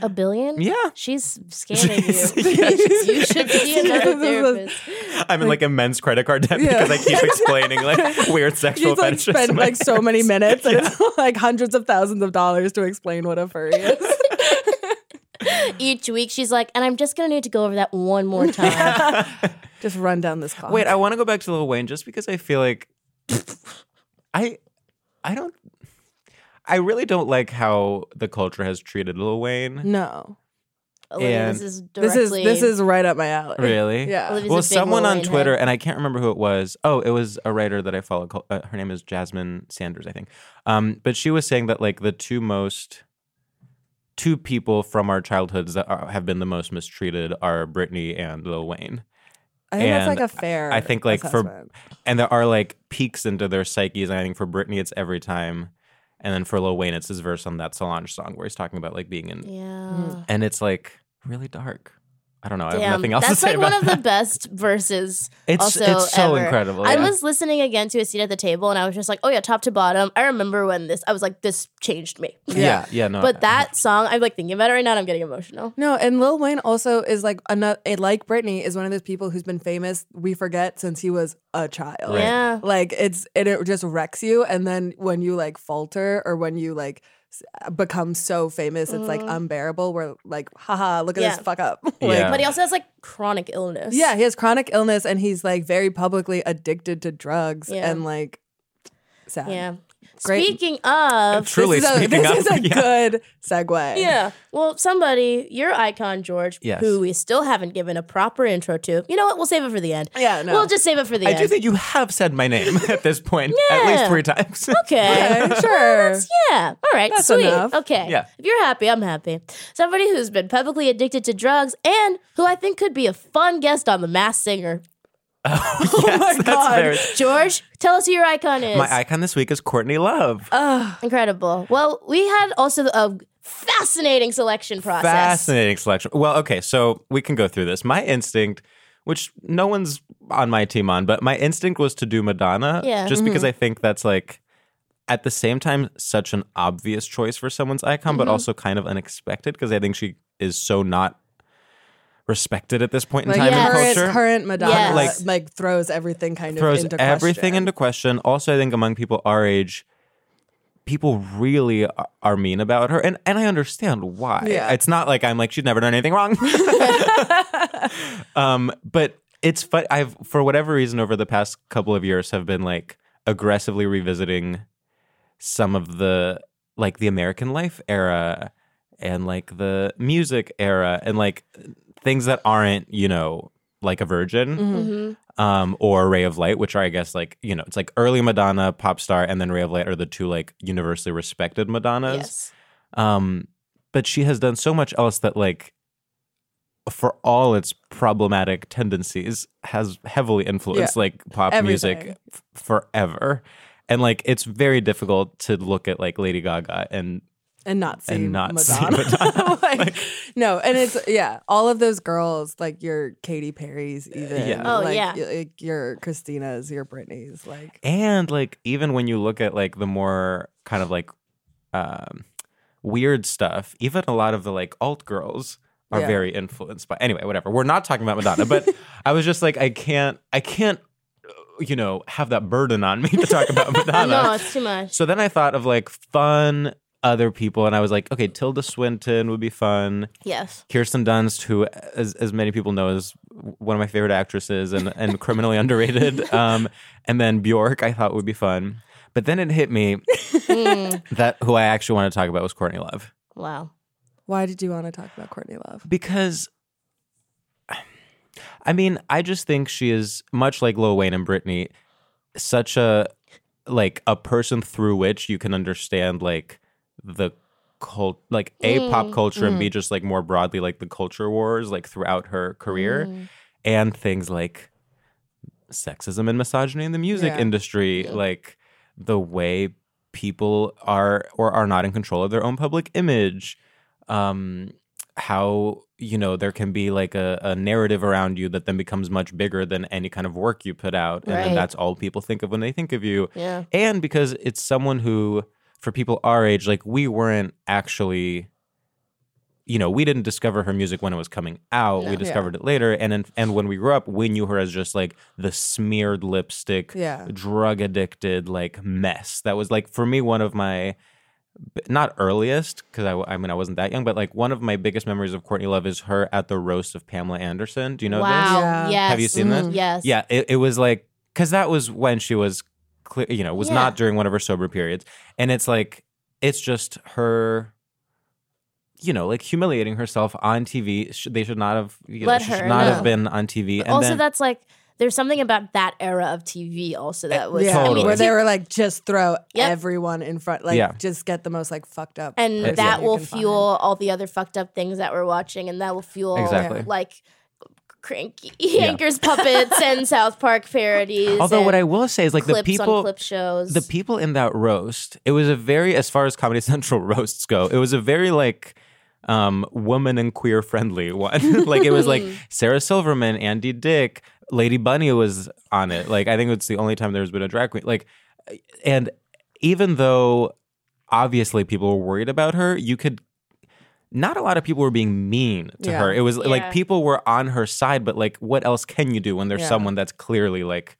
Speaker 6: a billion?
Speaker 7: yeah.
Speaker 6: She's scamming
Speaker 7: She's-
Speaker 6: you.
Speaker 7: yeah, she's-
Speaker 6: you should be another therapist.
Speaker 7: I'm in like immense credit card debt
Speaker 5: Yeah.
Speaker 7: because I keep explaining like weird sexual
Speaker 5: She's like
Speaker 7: fetishes. to
Speaker 5: spent
Speaker 7: my
Speaker 5: like so many
Speaker 7: therapist.
Speaker 5: minutes and it's like hundreds of thousands of dollars to explain what a furry is.
Speaker 6: Each week she's like, and I'm just gonna need to go over that one more time.
Speaker 5: Just run down this clock.
Speaker 7: Wait, I want to go back to Lil Wayne just because I feel like I I don't I really don't like how the culture has treated Lil Wayne.
Speaker 5: no.
Speaker 6: Olivia,
Speaker 7: And
Speaker 6: this is
Speaker 5: This
Speaker 6: directly
Speaker 5: is this is right up my alley.
Speaker 7: Really?
Speaker 5: Yeah.
Speaker 6: Olivia's a
Speaker 7: well,
Speaker 6: big
Speaker 7: someone
Speaker 6: Lil
Speaker 7: on
Speaker 6: Wayne
Speaker 7: Twitter,
Speaker 6: head.
Speaker 7: and I can't remember who it was. Oh, it was a writer that I follow. called- Uh, her name is Jasmine Sanders, I think. Um, but she was saying that like the two most two people from our childhoods that are, have been the most mistreated are Britney and Lil Wayne,
Speaker 5: I think that's like
Speaker 7: And
Speaker 5: a fair.
Speaker 7: I think, like, for-
Speaker 5: assessment.
Speaker 7: and there are like peaks into their psyches. And I think for Britney, it's every time, and then for Lil Wayne, it's his verse on that Solange song where he's talking about like being in,
Speaker 6: Yeah.
Speaker 7: and it's like really dark. I don't know. I have
Speaker 6: Damn,
Speaker 7: nothing else
Speaker 6: that's
Speaker 7: to say
Speaker 6: like one
Speaker 7: about
Speaker 6: of the
Speaker 7: that.
Speaker 6: best verses
Speaker 7: It's
Speaker 6: also
Speaker 7: it's so
Speaker 6: ever.
Speaker 7: incredible.
Speaker 6: I
Speaker 7: yeah.
Speaker 6: was listening again to a seat at the table, and I was just like, "Oh yeah, top to bottom." I remember when this. I was like, "This changed me."
Speaker 7: yeah, yeah, no.
Speaker 6: But that song, I'm like thinking about it right now, and I'm getting emotional.
Speaker 5: No, and Lil Wayne also is like another like Britney is one of those people who's been famous we forget since he was a child.
Speaker 7: Right.
Speaker 6: Yeah,
Speaker 5: Like it's and it just wrecks you and then when you like falter or when you like s- become so famous it's like
Speaker 6: Mhm.
Speaker 5: unbearable we're like haha look at
Speaker 6: Yeah.
Speaker 5: this fuck up. like
Speaker 7: Yeah.
Speaker 6: but he also has like chronic illness.
Speaker 5: Yeah, he has chronic illness and he's like very publicly addicted to drugs
Speaker 6: Yeah.
Speaker 5: and like sad.
Speaker 6: yeah.
Speaker 5: Great.
Speaker 6: Speaking of,
Speaker 7: True. Truly
Speaker 5: this is a,
Speaker 7: speaking
Speaker 5: this
Speaker 7: up,
Speaker 5: is a
Speaker 7: yeah.
Speaker 5: good segue.
Speaker 6: yeah. Well, somebody, your icon George,
Speaker 7: Yes.
Speaker 6: who we still haven't given a proper intro to. You know what? We'll save it for the end.
Speaker 5: Yeah, no.
Speaker 6: We'll just save it for the
Speaker 7: I
Speaker 6: end.
Speaker 7: do think you have said my name at this point, at least
Speaker 6: Yeah.
Speaker 7: three times.
Speaker 6: okay.
Speaker 5: Okay, sure.
Speaker 6: Yeah. All right.
Speaker 5: That's
Speaker 6: sweet.
Speaker 5: enough.
Speaker 6: Okay.
Speaker 7: Yeah.
Speaker 6: If you're happy, I'm happy. Somebody who's been publicly addicted to drugs and who I think could be a fun guest on The Mass Singer.
Speaker 7: Yes,
Speaker 5: my
Speaker 7: that's
Speaker 5: God.
Speaker 7: very-
Speaker 6: George, tell us who your icon is.
Speaker 7: My icon this week is Courtney Love.
Speaker 5: Ugh.
Speaker 6: Incredible. Well, we had also a fascinating selection process.
Speaker 7: Fascinating selection. Well, okay, so we can go through this. My instinct, which no one's on my team on, but my instinct was to do Madonna,
Speaker 6: Yeah.
Speaker 7: just because I think that's like at the same time such an obvious choice for someone's icon,
Speaker 6: Mm-hmm.
Speaker 7: but also kind of unexpected because I think she is so not respected at this point in
Speaker 5: Like
Speaker 7: time
Speaker 6: Yes.
Speaker 7: in
Speaker 5: current,
Speaker 7: culture.
Speaker 5: current Madonna
Speaker 6: Yes.
Speaker 5: like,
Speaker 7: Like-
Speaker 5: throws everything kind
Speaker 7: throws
Speaker 5: of into
Speaker 7: everything
Speaker 5: question.
Speaker 7: into question. Also, I think among people our age, people really are- are mean about her, and and I understand why.
Speaker 5: Yeah.
Speaker 7: It's not like I'm like she's never done anything wrong. um, but it's fun. I've for whatever reason over the past couple of years have been like aggressively revisiting some of the like the American life era and like the music era and like things that aren't you know like a virgin
Speaker 6: Mhm.
Speaker 7: um, or Ray of Light, which are, I guess, like, you know, it's like early Madonna, pop star, and then Ray of Light are the two like universally respected Madonnas.
Speaker 6: Yes.
Speaker 7: Um, but she has done so much else that, like, for all its problematic tendencies, has heavily influenced like pop music
Speaker 5: Everything.
Speaker 7: f- forever. And like it's very difficult to look at like Lady Gaga and
Speaker 5: and not see
Speaker 7: And not see
Speaker 5: Madonna.
Speaker 7: Madonna.
Speaker 5: Like, no, and it's yeah, all of those girls like your Katy Perry's, even
Speaker 7: Uh, Yeah.
Speaker 6: Oh,
Speaker 5: like,
Speaker 6: yeah.
Speaker 5: y- like your Christina's, your Britney's, like
Speaker 7: and like even when you look at like the more kind of like um weird stuff, even a lot of the like alt girls are
Speaker 5: Yeah.
Speaker 7: very influenced by anyway, whatever. We're not talking about Madonna, but I was just like I can't I can't uh, you know, have that burden on me to talk about Madonna.
Speaker 6: Oh, no, it's too much.
Speaker 7: So then I thought of like fun other people, and I was like, okay, Tilda Swinton would be fun.
Speaker 6: Yes.
Speaker 7: Kirsten Dunst, who, as, as many people know, is one of my favorite actresses and, and criminally underrated. Um, and then Bjork, I thought would be fun. But then it hit me
Speaker 6: Mm,
Speaker 7: that who I actually wanted to talk about was Courtney Love
Speaker 6: wow.
Speaker 5: why did you want to talk about Courtney Love?
Speaker 7: because. I mean, I just think she is much like Lil Wayne and Britney, such a like a person through which you can understand like the cult like a pop
Speaker 6: Mm.
Speaker 7: culture and b just like more broadly like the culture wars like throughout her career
Speaker 6: Mm.
Speaker 7: and things like sexism and misogyny in the music
Speaker 5: Yeah.
Speaker 7: industry, like the way people are or are not in control of their own public image. Um, how you know there can be like a, a narrative around you that then becomes much bigger than any kind of work you put out, and
Speaker 6: Right.
Speaker 7: then that's all people think of when they think of you
Speaker 6: Yeah.
Speaker 7: and because it's someone who for people our age like we weren't actually you know we didn't discover her music when it was coming out
Speaker 6: No.
Speaker 7: we discovered it later and in, and when we grew up we knew her as just like the smeared lipstick
Speaker 5: Yeah,
Speaker 7: drug addicted like mess that was like for me one of my not earliest because I, w- I mean i wasn't that young but like one of my biggest memories of courtney love is her at the roast of pamela anderson do you know this
Speaker 6: wow.
Speaker 5: Yeah.
Speaker 6: Yes.
Speaker 7: Have you seen
Speaker 5: this?
Speaker 6: Mm, Yes.
Speaker 7: yeah, it, it was like because that was when she was clear, you know, was
Speaker 6: Yeah.
Speaker 7: not during one of her sober periods, and it's like it's just her, you know, like humiliating herself on TV. Sh- They should not have, you know,
Speaker 6: Let
Speaker 7: she
Speaker 6: her,
Speaker 7: should not
Speaker 6: no.
Speaker 7: have been on TV.
Speaker 6: But
Speaker 7: and
Speaker 6: also,
Speaker 7: then,
Speaker 6: that's like there's something about that era of TV also that was
Speaker 5: yeah,
Speaker 6: I mean,
Speaker 7: Eh, Totally.
Speaker 5: where
Speaker 6: t-
Speaker 5: they were like just throw
Speaker 6: Yep.
Speaker 5: everyone in front, like
Speaker 7: Yeah.
Speaker 5: just get the most like fucked up,
Speaker 6: and
Speaker 5: person
Speaker 6: that
Speaker 5: you
Speaker 6: will
Speaker 5: can
Speaker 6: fuel all the other fucked up things that we're watching, and that will fuel
Speaker 7: Exactly.
Speaker 6: like cranky Yankers puppets and South Park parodies.
Speaker 7: although what
Speaker 6: and
Speaker 7: I will say is like
Speaker 6: clips on
Speaker 7: the people.
Speaker 6: clip shows.
Speaker 7: The people in that roast, it was a very, as far as Comedy Central roasts go, it was a very like um, woman and queer friendly one. like it was like Sarah Silverman, Andy Dick, Lady Bunny was on it. Like I think it's the only time there's been a drag queen. Like, and even though obviously people were worried about her, you could. Not a lot of people were being mean to
Speaker 5: Yeah.
Speaker 7: her. It was
Speaker 6: Yeah.
Speaker 7: like people were on her side, but like, what else can you do when there's
Speaker 5: Yeah.
Speaker 7: someone that's clearly like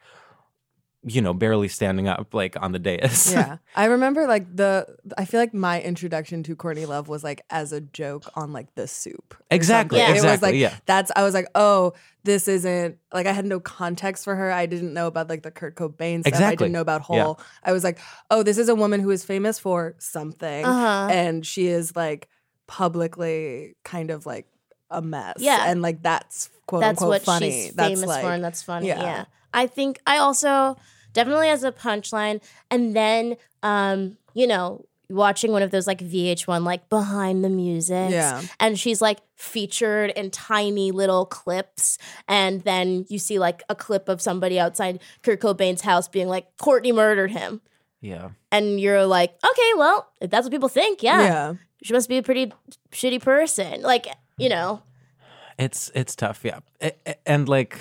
Speaker 7: you know, barely standing up like on the dais.
Speaker 5: yeah i remember like the i feel like my introduction to courtney love was like as a joke on like the soup or
Speaker 7: Exactly,
Speaker 5: something. it was
Speaker 7: exactly,
Speaker 5: like
Speaker 7: yeah.
Speaker 5: that's i was like oh this isn't like i had no context for her i didn't know about like the kurt cobain stuff i
Speaker 7: Exactly.
Speaker 5: didn't know about
Speaker 7: Yeah.
Speaker 5: hole i was like oh this is a woman who is famous for something
Speaker 6: Uh-huh.
Speaker 5: and she is like publicly kind of like a mess
Speaker 6: Yeah.
Speaker 5: and like that's quote
Speaker 6: that's
Speaker 5: unquote
Speaker 6: what
Speaker 5: funny
Speaker 6: she's
Speaker 5: that's
Speaker 6: famous
Speaker 5: like
Speaker 6: for, and that's funny.
Speaker 5: yeah.
Speaker 6: Yeah. I think I also definitely as a punchline, and then um, you know, watching one of those like VH1 like behind the music,
Speaker 5: yeah
Speaker 6: and she's like featured in tiny little clips, and then you see like a clip of somebody outside Kurt Cobain's house being like Courtney murdered him,
Speaker 7: Yeah.
Speaker 6: and you're like, okay, well, if that's what people think, yeah,
Speaker 5: yeah
Speaker 6: she must be a pretty shitty person, like you know,
Speaker 7: It's it's tough, yeah. A- a- And like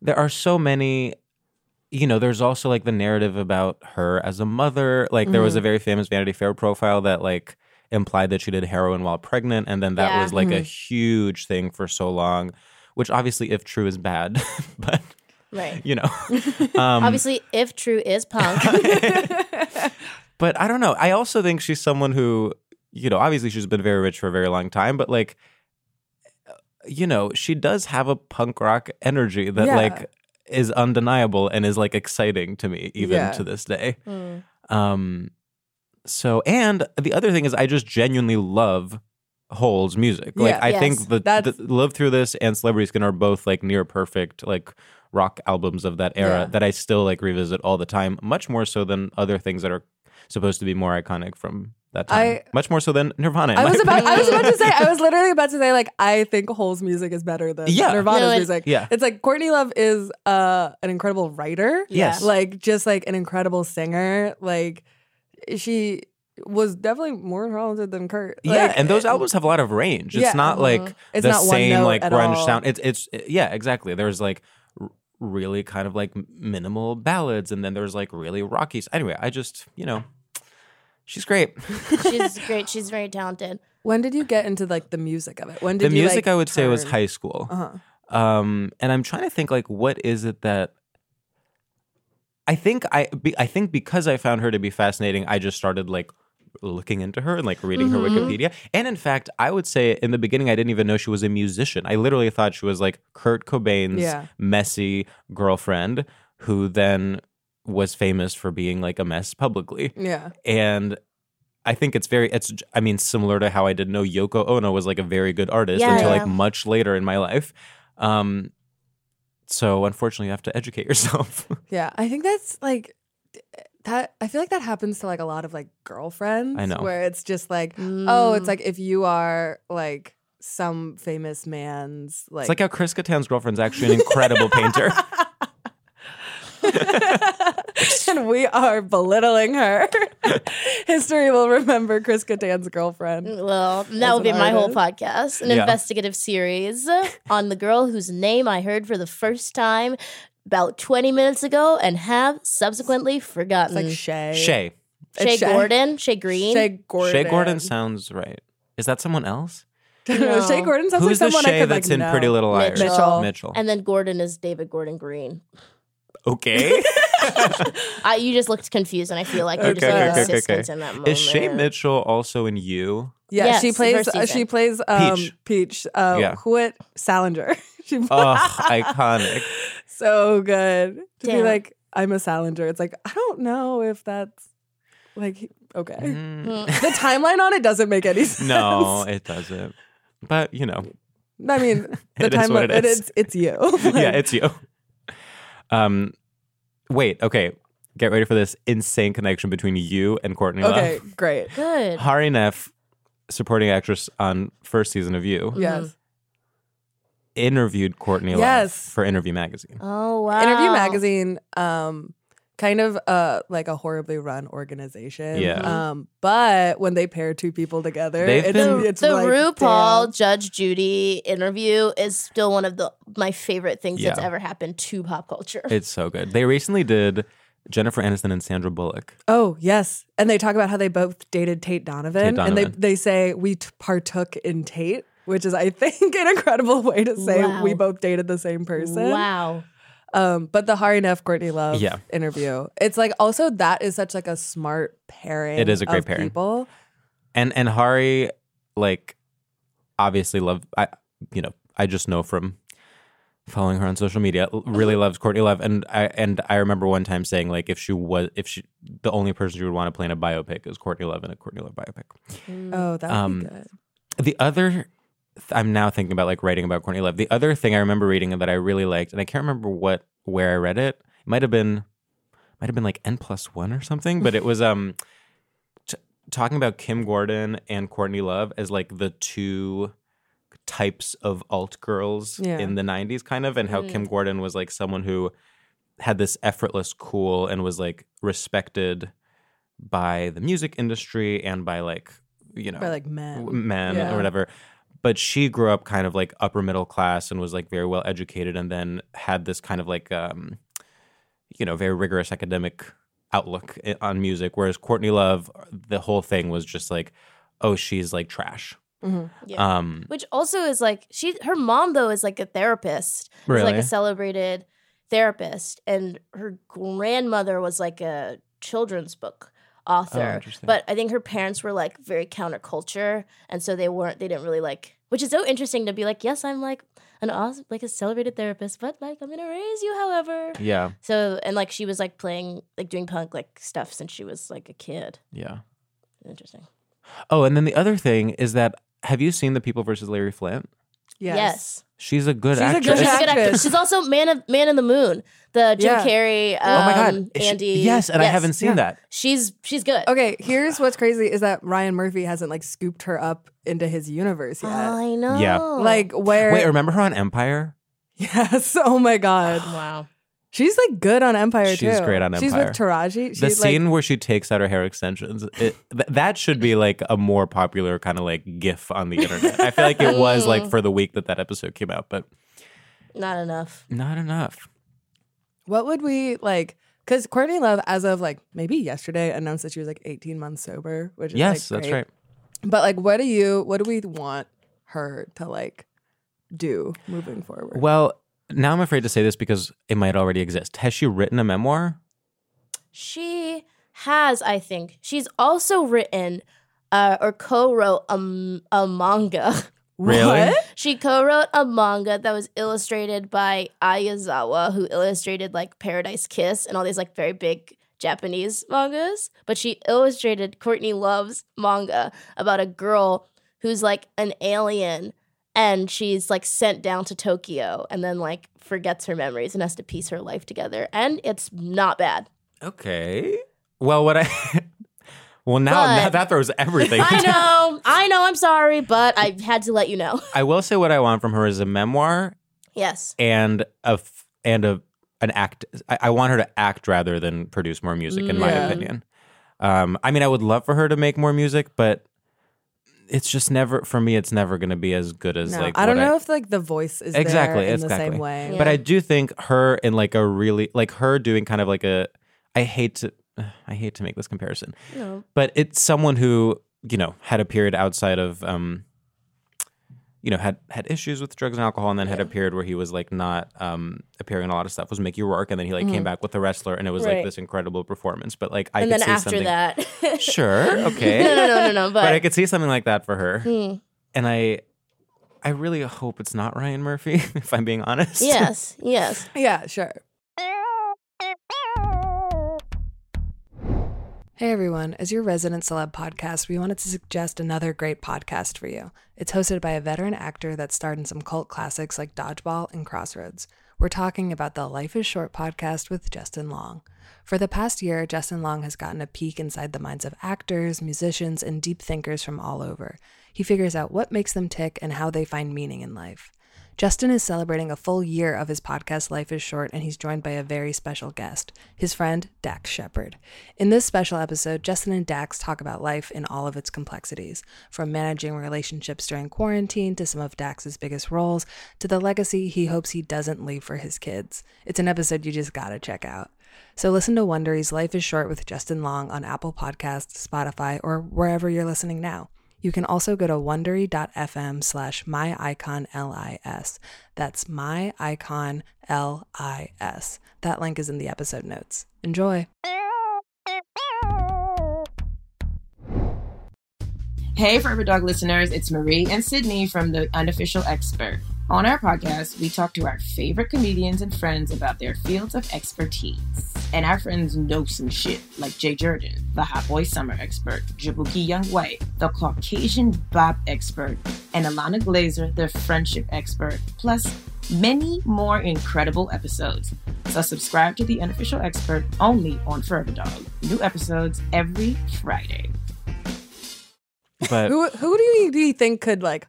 Speaker 7: there are so many you know, there's also like the narrative about her as a mother. Like there
Speaker 5: Mm-hmm.
Speaker 7: was a very famous Vanity Fair profile that like implied that she did heroin while pregnant and then that
Speaker 6: Yeah.
Speaker 7: was like
Speaker 5: Mm-hmm.
Speaker 7: a huge thing for so long, which obviously if true is bad, but
Speaker 6: right.
Speaker 7: you know. Um,
Speaker 6: Obviously, if true is punk.
Speaker 7: but I don't know. I also think she's someone who, you know, obviously she's been very rich for a very long time, but like, uh, you know, she does have a punk rock energy that
Speaker 5: Yeah.
Speaker 7: like is undeniable and is like exciting to me even
Speaker 5: Yeah.
Speaker 7: to this day.
Speaker 6: Hmm.
Speaker 7: Um, so and the other thing is, I just genuinely love Hole's music. Like
Speaker 5: Yeah.
Speaker 7: I
Speaker 6: Yes.
Speaker 7: think the,
Speaker 5: That's-
Speaker 7: the Live Through This and Celebrity Skin are both like near perfect like rock albums of that era
Speaker 5: Yeah.
Speaker 7: that I still like revisit all the time, much more so than other things that are supposed to be more iconic from that time.
Speaker 5: I-
Speaker 7: Much more so than Nirvana. in
Speaker 5: I
Speaker 7: my
Speaker 5: was about. I was about to
Speaker 7: opinion.
Speaker 5: say. I was literally about to say. Like, I think Hole's music is better than
Speaker 7: Yeah.
Speaker 5: Nirvana's
Speaker 6: No, it-
Speaker 5: music.
Speaker 7: Yeah.
Speaker 5: it's like Courtney Love is uh, an incredible writer.
Speaker 7: Yes.
Speaker 5: like just like an incredible singer. Like, she was definitely more talented than Kurt.
Speaker 7: yeah,
Speaker 5: Like, eh,
Speaker 7: and those albums have a lot of range. It's
Speaker 5: Yeah. Mm-hmm. Uh-huh.
Speaker 7: not like
Speaker 5: It's
Speaker 7: the
Speaker 5: not one
Speaker 7: same
Speaker 5: note
Speaker 7: like
Speaker 5: at
Speaker 7: grunge
Speaker 5: all.
Speaker 7: sound. It's it's yeah, exactly. There's like r- really kind of like m- minimal ballads, and then there's like really rocky. s- Anyway, I just you know, she's great.
Speaker 6: She's great. She's very talented.
Speaker 5: When did you get into like the music of it? When did
Speaker 7: the
Speaker 5: you,
Speaker 7: music
Speaker 5: like,
Speaker 7: I would say was
Speaker 5: turn-
Speaker 7: high school.
Speaker 5: Uh-huh.
Speaker 7: um and i'm trying to think like what is it that i think i be, i think because i found her to be fascinating i just started like looking into her and like reading her
Speaker 6: Mhm.
Speaker 7: wikipedia and in fact i would say in the beginning i didn't even know she was a musician i literally thought she was like kurt cobain's
Speaker 5: Yeah.
Speaker 7: messy girlfriend who then was famous for being like a mess publicly
Speaker 5: Yeah.
Speaker 7: and I think it's very it's I mean similar to how I didn't know Yoko Ono was like a very good artist
Speaker 6: Yeah,
Speaker 7: until
Speaker 6: yeah.
Speaker 7: like much later in my life. Um so unfortunately you have to educate yourself.
Speaker 5: Yeah, I think that's like that. I feel like that happens to like a lot of like girlfriends.
Speaker 7: I know.
Speaker 5: where it's just like, oh,
Speaker 7: Mm.
Speaker 5: it's like if you are like some famous man's like.
Speaker 7: it's like how Chris Kattan's girlfriend's actually an incredible painter.
Speaker 5: and we are belittling her. History will remember Chris Kattan's
Speaker 7: Mm.
Speaker 5: girlfriend.
Speaker 6: Mm, Well,
Speaker 5: As
Speaker 6: that would be
Speaker 5: an
Speaker 6: my whole
Speaker 5: artist.
Speaker 6: podcast, an
Speaker 7: Yeah.
Speaker 6: investigative series on the girl whose name I heard for the first time about 20 minutes ago and have subsequently
Speaker 5: It's
Speaker 6: forgotten.
Speaker 7: Mm.
Speaker 5: like Shay.
Speaker 7: Shay.
Speaker 5: it's
Speaker 6: Shay
Speaker 5: Shay.
Speaker 6: Gordon, Shay Green.
Speaker 5: Shay Gordon.
Speaker 7: Shay Gordon sounds right. Is that someone else?
Speaker 5: I don't know, Shay
Speaker 6: No.
Speaker 5: Gordon sounds
Speaker 7: Who's
Speaker 5: like
Speaker 7: the
Speaker 5: someone I
Speaker 7: Shay
Speaker 5: could
Speaker 7: that's
Speaker 5: like
Speaker 7: in
Speaker 5: know.
Speaker 7: Pretty Little Liars?
Speaker 5: Mitchell.
Speaker 7: Mitchell.
Speaker 6: And then Gordon is David Gordon Green.
Speaker 7: okay.
Speaker 6: I, you just looked confused, and I feel like you just
Speaker 7: Okay,
Speaker 6: needed
Speaker 7: okay, okay, okay.
Speaker 6: assistance in that moment.
Speaker 5: Oh,
Speaker 7: is Shay Mitchell also in you?
Speaker 5: Yeah,
Speaker 6: Yes,
Speaker 5: she
Speaker 6: the
Speaker 5: plays.
Speaker 6: first
Speaker 5: Uh, she
Speaker 6: season.
Speaker 5: plays um,
Speaker 7: Peach.
Speaker 5: Peach. Uh,
Speaker 7: Yeah.
Speaker 5: Huit Salinger. she,
Speaker 7: Ugh, iconic.
Speaker 5: so good to be
Speaker 6: Damn.
Speaker 5: like, I'm a Salinger. It's like I don't know if that's like okay.
Speaker 7: Mm,
Speaker 6: Mm.
Speaker 5: The timeline on it doesn't make any sense.
Speaker 7: no, it doesn't. But you know,
Speaker 5: I mean the
Speaker 7: It is what
Speaker 5: timeline.
Speaker 7: it is.
Speaker 5: it's it's you.
Speaker 7: yeah,
Speaker 5: Like,
Speaker 7: it's you. Um, wait. Okay, get ready for this insane connection between you and Courtney
Speaker 5: okay, great.
Speaker 6: Good.
Speaker 7: Love. Hari Neff, supporting actress on first season of You,
Speaker 5: Yes,
Speaker 7: interviewed Courtney Love
Speaker 5: Yes.
Speaker 7: for Interview Magazine.
Speaker 6: Oh wow.
Speaker 5: Interview Magazine. Um. Kind of uh, like a horribly run organization.
Speaker 7: Yeah. Mhm.
Speaker 5: Um, but when they pair two people together,
Speaker 7: They've
Speaker 5: it's,
Speaker 7: been-
Speaker 5: it's
Speaker 6: the
Speaker 5: like,
Speaker 6: RuPaul
Speaker 5: damn.
Speaker 6: Judge Judy interview is still one of the my favorite things that's
Speaker 7: Yeah.
Speaker 6: ever happened to pop culture.
Speaker 7: It's so good. They recently did Jennifer Aniston and Sandra Bullock.
Speaker 5: Oh yes, and they talk about how they both dated Tate Donovan,
Speaker 7: Tate
Speaker 5: and
Speaker 7: Donovan.
Speaker 5: they they say we t- partook in Tate, which is I think an incredible way to say
Speaker 6: Wow.
Speaker 5: we both dated the same person.
Speaker 6: Wow.
Speaker 5: Um, but the Hari Neff Courtney Love
Speaker 7: Yeah.
Speaker 5: interview, it's like also that is such like a smart pairing.
Speaker 7: It is a great
Speaker 5: of
Speaker 7: pairing.
Speaker 5: People,
Speaker 7: And and Hari, like, obviously love. I you know I just know from following her on social media l- really loves Courtney Love and I and I remember one time saying like if she was if she the only person she would want to play in a biopic is Courtney Love in a Courtney Love biopic.
Speaker 6: Mm-hmm. Mm,
Speaker 5: oh, that would
Speaker 7: Um,
Speaker 5: be good.
Speaker 7: The other th- I'm now thinking about like writing about Courtney Love. The other thing I remember reading that I really liked and I can't remember what where I read it. It might have been might have been like N plus 1 or something, but it was um t- talking about Kim Gordon and Courtney Love as like the two types of alt girls
Speaker 5: Yeah.
Speaker 7: in the 90s kind of and how Kim Gordon was like someone who had this effortless cool and was like respected by the music industry and by like you know
Speaker 5: By like men,
Speaker 7: w- men
Speaker 5: Yeah.
Speaker 7: or whatever. But she grew up kind of like upper middle class and was like very well educated, and then had this kind of like, um, you know, very rigorous academic outlook i- on music. Whereas Courtney Love, the whole thing was just like, oh, she's like trash.
Speaker 5: Mhm.
Speaker 6: Yeah.
Speaker 7: Um,
Speaker 6: Which also is like she her mom though is like a therapist. Is like
Speaker 7: Really?
Speaker 6: a celebrated therapist and her grandmother was like a children's book author.
Speaker 7: Oh, interesting.
Speaker 6: but I think her parents were like very counterculture and so they weren't they didn't really like which is so interesting to be like yes I'm like an awesome like a celebrated therapist but like I'm going to raise you however.
Speaker 7: yeah,
Speaker 6: So and like she was like playing like doing punk like stuff since she was like a kid.
Speaker 7: yeah.
Speaker 6: Interesting.
Speaker 7: Oh, and then the other thing is that have you seen the People versus Larry Flint?
Speaker 5: yes.
Speaker 6: yes.
Speaker 7: She's a good
Speaker 5: She's a good
Speaker 7: actress.
Speaker 6: She's a good actress.
Speaker 5: actress.
Speaker 6: She's also Man of Man in the Moon, the Jim
Speaker 5: Yeah.
Speaker 6: Carrey. Um,
Speaker 7: oh my god, She-
Speaker 6: Andy.
Speaker 7: yes, and I haven't seen
Speaker 5: Yeah.
Speaker 7: that.
Speaker 6: She's she's good.
Speaker 5: Okay, here's what's crazy is that Ryan Murphy hasn't like scooped her up into his universe yet.
Speaker 6: I know.
Speaker 7: Yeah.
Speaker 5: like where?
Speaker 7: Wait, remember her on Empire?
Speaker 5: yes. Oh my god,
Speaker 6: wow.
Speaker 5: she's like good on Empire too.
Speaker 7: She's great on
Speaker 5: She's with
Speaker 7: Empire.
Speaker 5: Taraji. She's
Speaker 7: the
Speaker 5: like,
Speaker 7: scene where she takes out her hair extensions it, th- that should be like a more popular kind of like gif on the internet i feel like it was like for the week that that episode came out but
Speaker 6: Not enough.
Speaker 7: not enough
Speaker 5: What would we like? Because Courtney Love, as of like maybe yesterday, announced that she was like 18 months sober, which is
Speaker 7: yes
Speaker 5: like,
Speaker 7: that's
Speaker 5: great.
Speaker 7: right
Speaker 5: But like, what do you? What do we want her to like do moving forward?
Speaker 7: well now i'm afraid to say this because it might already exist has she written a memoir
Speaker 6: She has, I think. She's also written uh, or co-wrote a, m- a manga.
Speaker 7: really
Speaker 5: What?
Speaker 6: She co-wrote a manga that was illustrated by Ayazawa, who illustrated like Paradise Kiss and all these like very big Japanese mangas. But she illustrated Courtney Love's manga about a girl who's like an alien and she's like sent down to Tokyo and then like forgets her memories and has to piece her life together. And it's not bad.
Speaker 7: okay well what i well now,
Speaker 6: But-
Speaker 7: now that throws everything
Speaker 6: I know, I know, I'm sorry, but I had to let you know.
Speaker 7: i will say what i want from her is a memoir
Speaker 6: Yes.
Speaker 7: and a f- and a an act. I, I want her to act rather than produce more music, in my
Speaker 5: Yeah.
Speaker 7: opinion. Um, I mean, I would love for her to make more music, but it's just never for me. It's never going to be as good as
Speaker 5: No,
Speaker 7: like
Speaker 5: I don't
Speaker 7: what
Speaker 5: know if like the voice is there
Speaker 7: Exactly,
Speaker 5: in the
Speaker 7: exactly.
Speaker 5: same way.
Speaker 6: Yeah.
Speaker 7: But I do think her in like a really like her doing kind of like a. I hate to I hate to make this comparison,
Speaker 6: No.
Speaker 7: but it's someone who you know had a period outside of um you know had had issues with drugs and alcohol and then had a period where he was like not um appearing in a lot of stuff was mickey rourke and then he like came back with the wrestler and it was
Speaker 6: Mm. Right.
Speaker 7: like this incredible performance but like i
Speaker 6: and
Speaker 7: could
Speaker 6: then
Speaker 7: see
Speaker 6: after
Speaker 7: something
Speaker 6: that.
Speaker 7: sure okay
Speaker 6: no, no, no, no, no. But,
Speaker 7: but i could see something like that for her
Speaker 6: Hmm.
Speaker 7: and i i really hope it's not ryan murphy if i'm being honest
Speaker 6: yes, yes.
Speaker 5: Yeah, sure.
Speaker 8: Hey everyone, as your resident celeb podcast, we wanted to suggest another great podcast for you. It's hosted by a veteran actor that starred in some cult classics like Dodgeball and Crossroads. We're talking about the Life is Short podcast with Justin Long. For the past year, Justin Long has gotten a peek inside the minds of actors, musicians, and deep thinkers from all over. He figures out what makes them tick and how they find meaning in life. Justin is celebrating a full year of his podcast Life is Short, and he's joined by a very special guest, his friend Dax Shepard. In this special episode, Justin and Dax talk about life in all of its complexities, from managing relationships during quarantine to some of Dax's biggest roles to the legacy he hopes he doesn't leave for his kids. It's an episode you just gotta check out. So listen to Wondery's Life is Short with Justin Long on Apple Podcasts, Spotify, or wherever you're listening now. You can also go to wondery.fm slash myiconlis. That's myiconlis. That link is in the episode notes. Enjoy.
Speaker 3: Hey, Forever Dog listeners, it's Marie and Sydney from The Unofficial Expert. On our podcast, we talk to our favorite comedians and friends about their fields of expertise. And our friends know some shit, like Jay Jordan, the hot boy summer expert, Jabuki Young White, the Caucasian bop expert, and Alana Glazer, the friendship expert, plus many more incredible episodes. So subscribe to The Unofficial Expert only on Forever Dog. New episodes every Friday.
Speaker 7: but
Speaker 5: Who who do you, do you think could like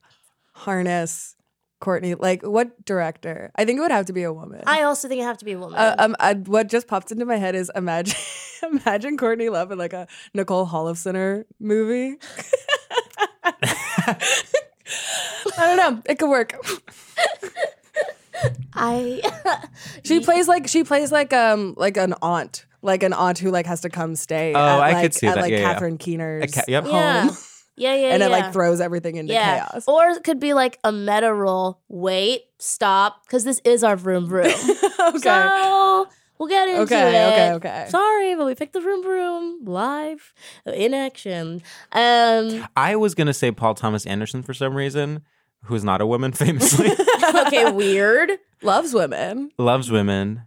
Speaker 5: harness Courtney? Like what director? I think it would have to be a woman.
Speaker 6: I also think I have to be a woman.
Speaker 5: uh, um, I, what just popped into my head is imagine imagine Courtney Love in like a Nicole Holofcener movie. I don't know. It could work.
Speaker 6: I
Speaker 5: She plays like she plays like um like an aunt, like an aunt who like has to come stay.
Speaker 7: Oh,
Speaker 5: at,
Speaker 7: I could
Speaker 5: like,
Speaker 7: see
Speaker 5: at,
Speaker 7: that.
Speaker 5: Like
Speaker 7: Yeah, yeah.
Speaker 5: Catherine Keener's
Speaker 7: A ca- yep.
Speaker 6: yeah.
Speaker 5: home,
Speaker 6: yeah, yeah,
Speaker 5: and
Speaker 6: yeah.
Speaker 5: it like throws everything into chaos.
Speaker 6: Or it could be like a meta role. Wait, stop, because this is our vroom vroom. Oh,
Speaker 5: okay.
Speaker 6: So we'll get into
Speaker 5: okay.
Speaker 6: it.
Speaker 5: Okay. Okay.
Speaker 6: Sorry, but we picked the vroom vroom live in action. Um,
Speaker 7: i was going to say paul thomas anderson for some reason who's not a woman famously
Speaker 6: okay, weird.
Speaker 5: Loves women.
Speaker 7: loves women,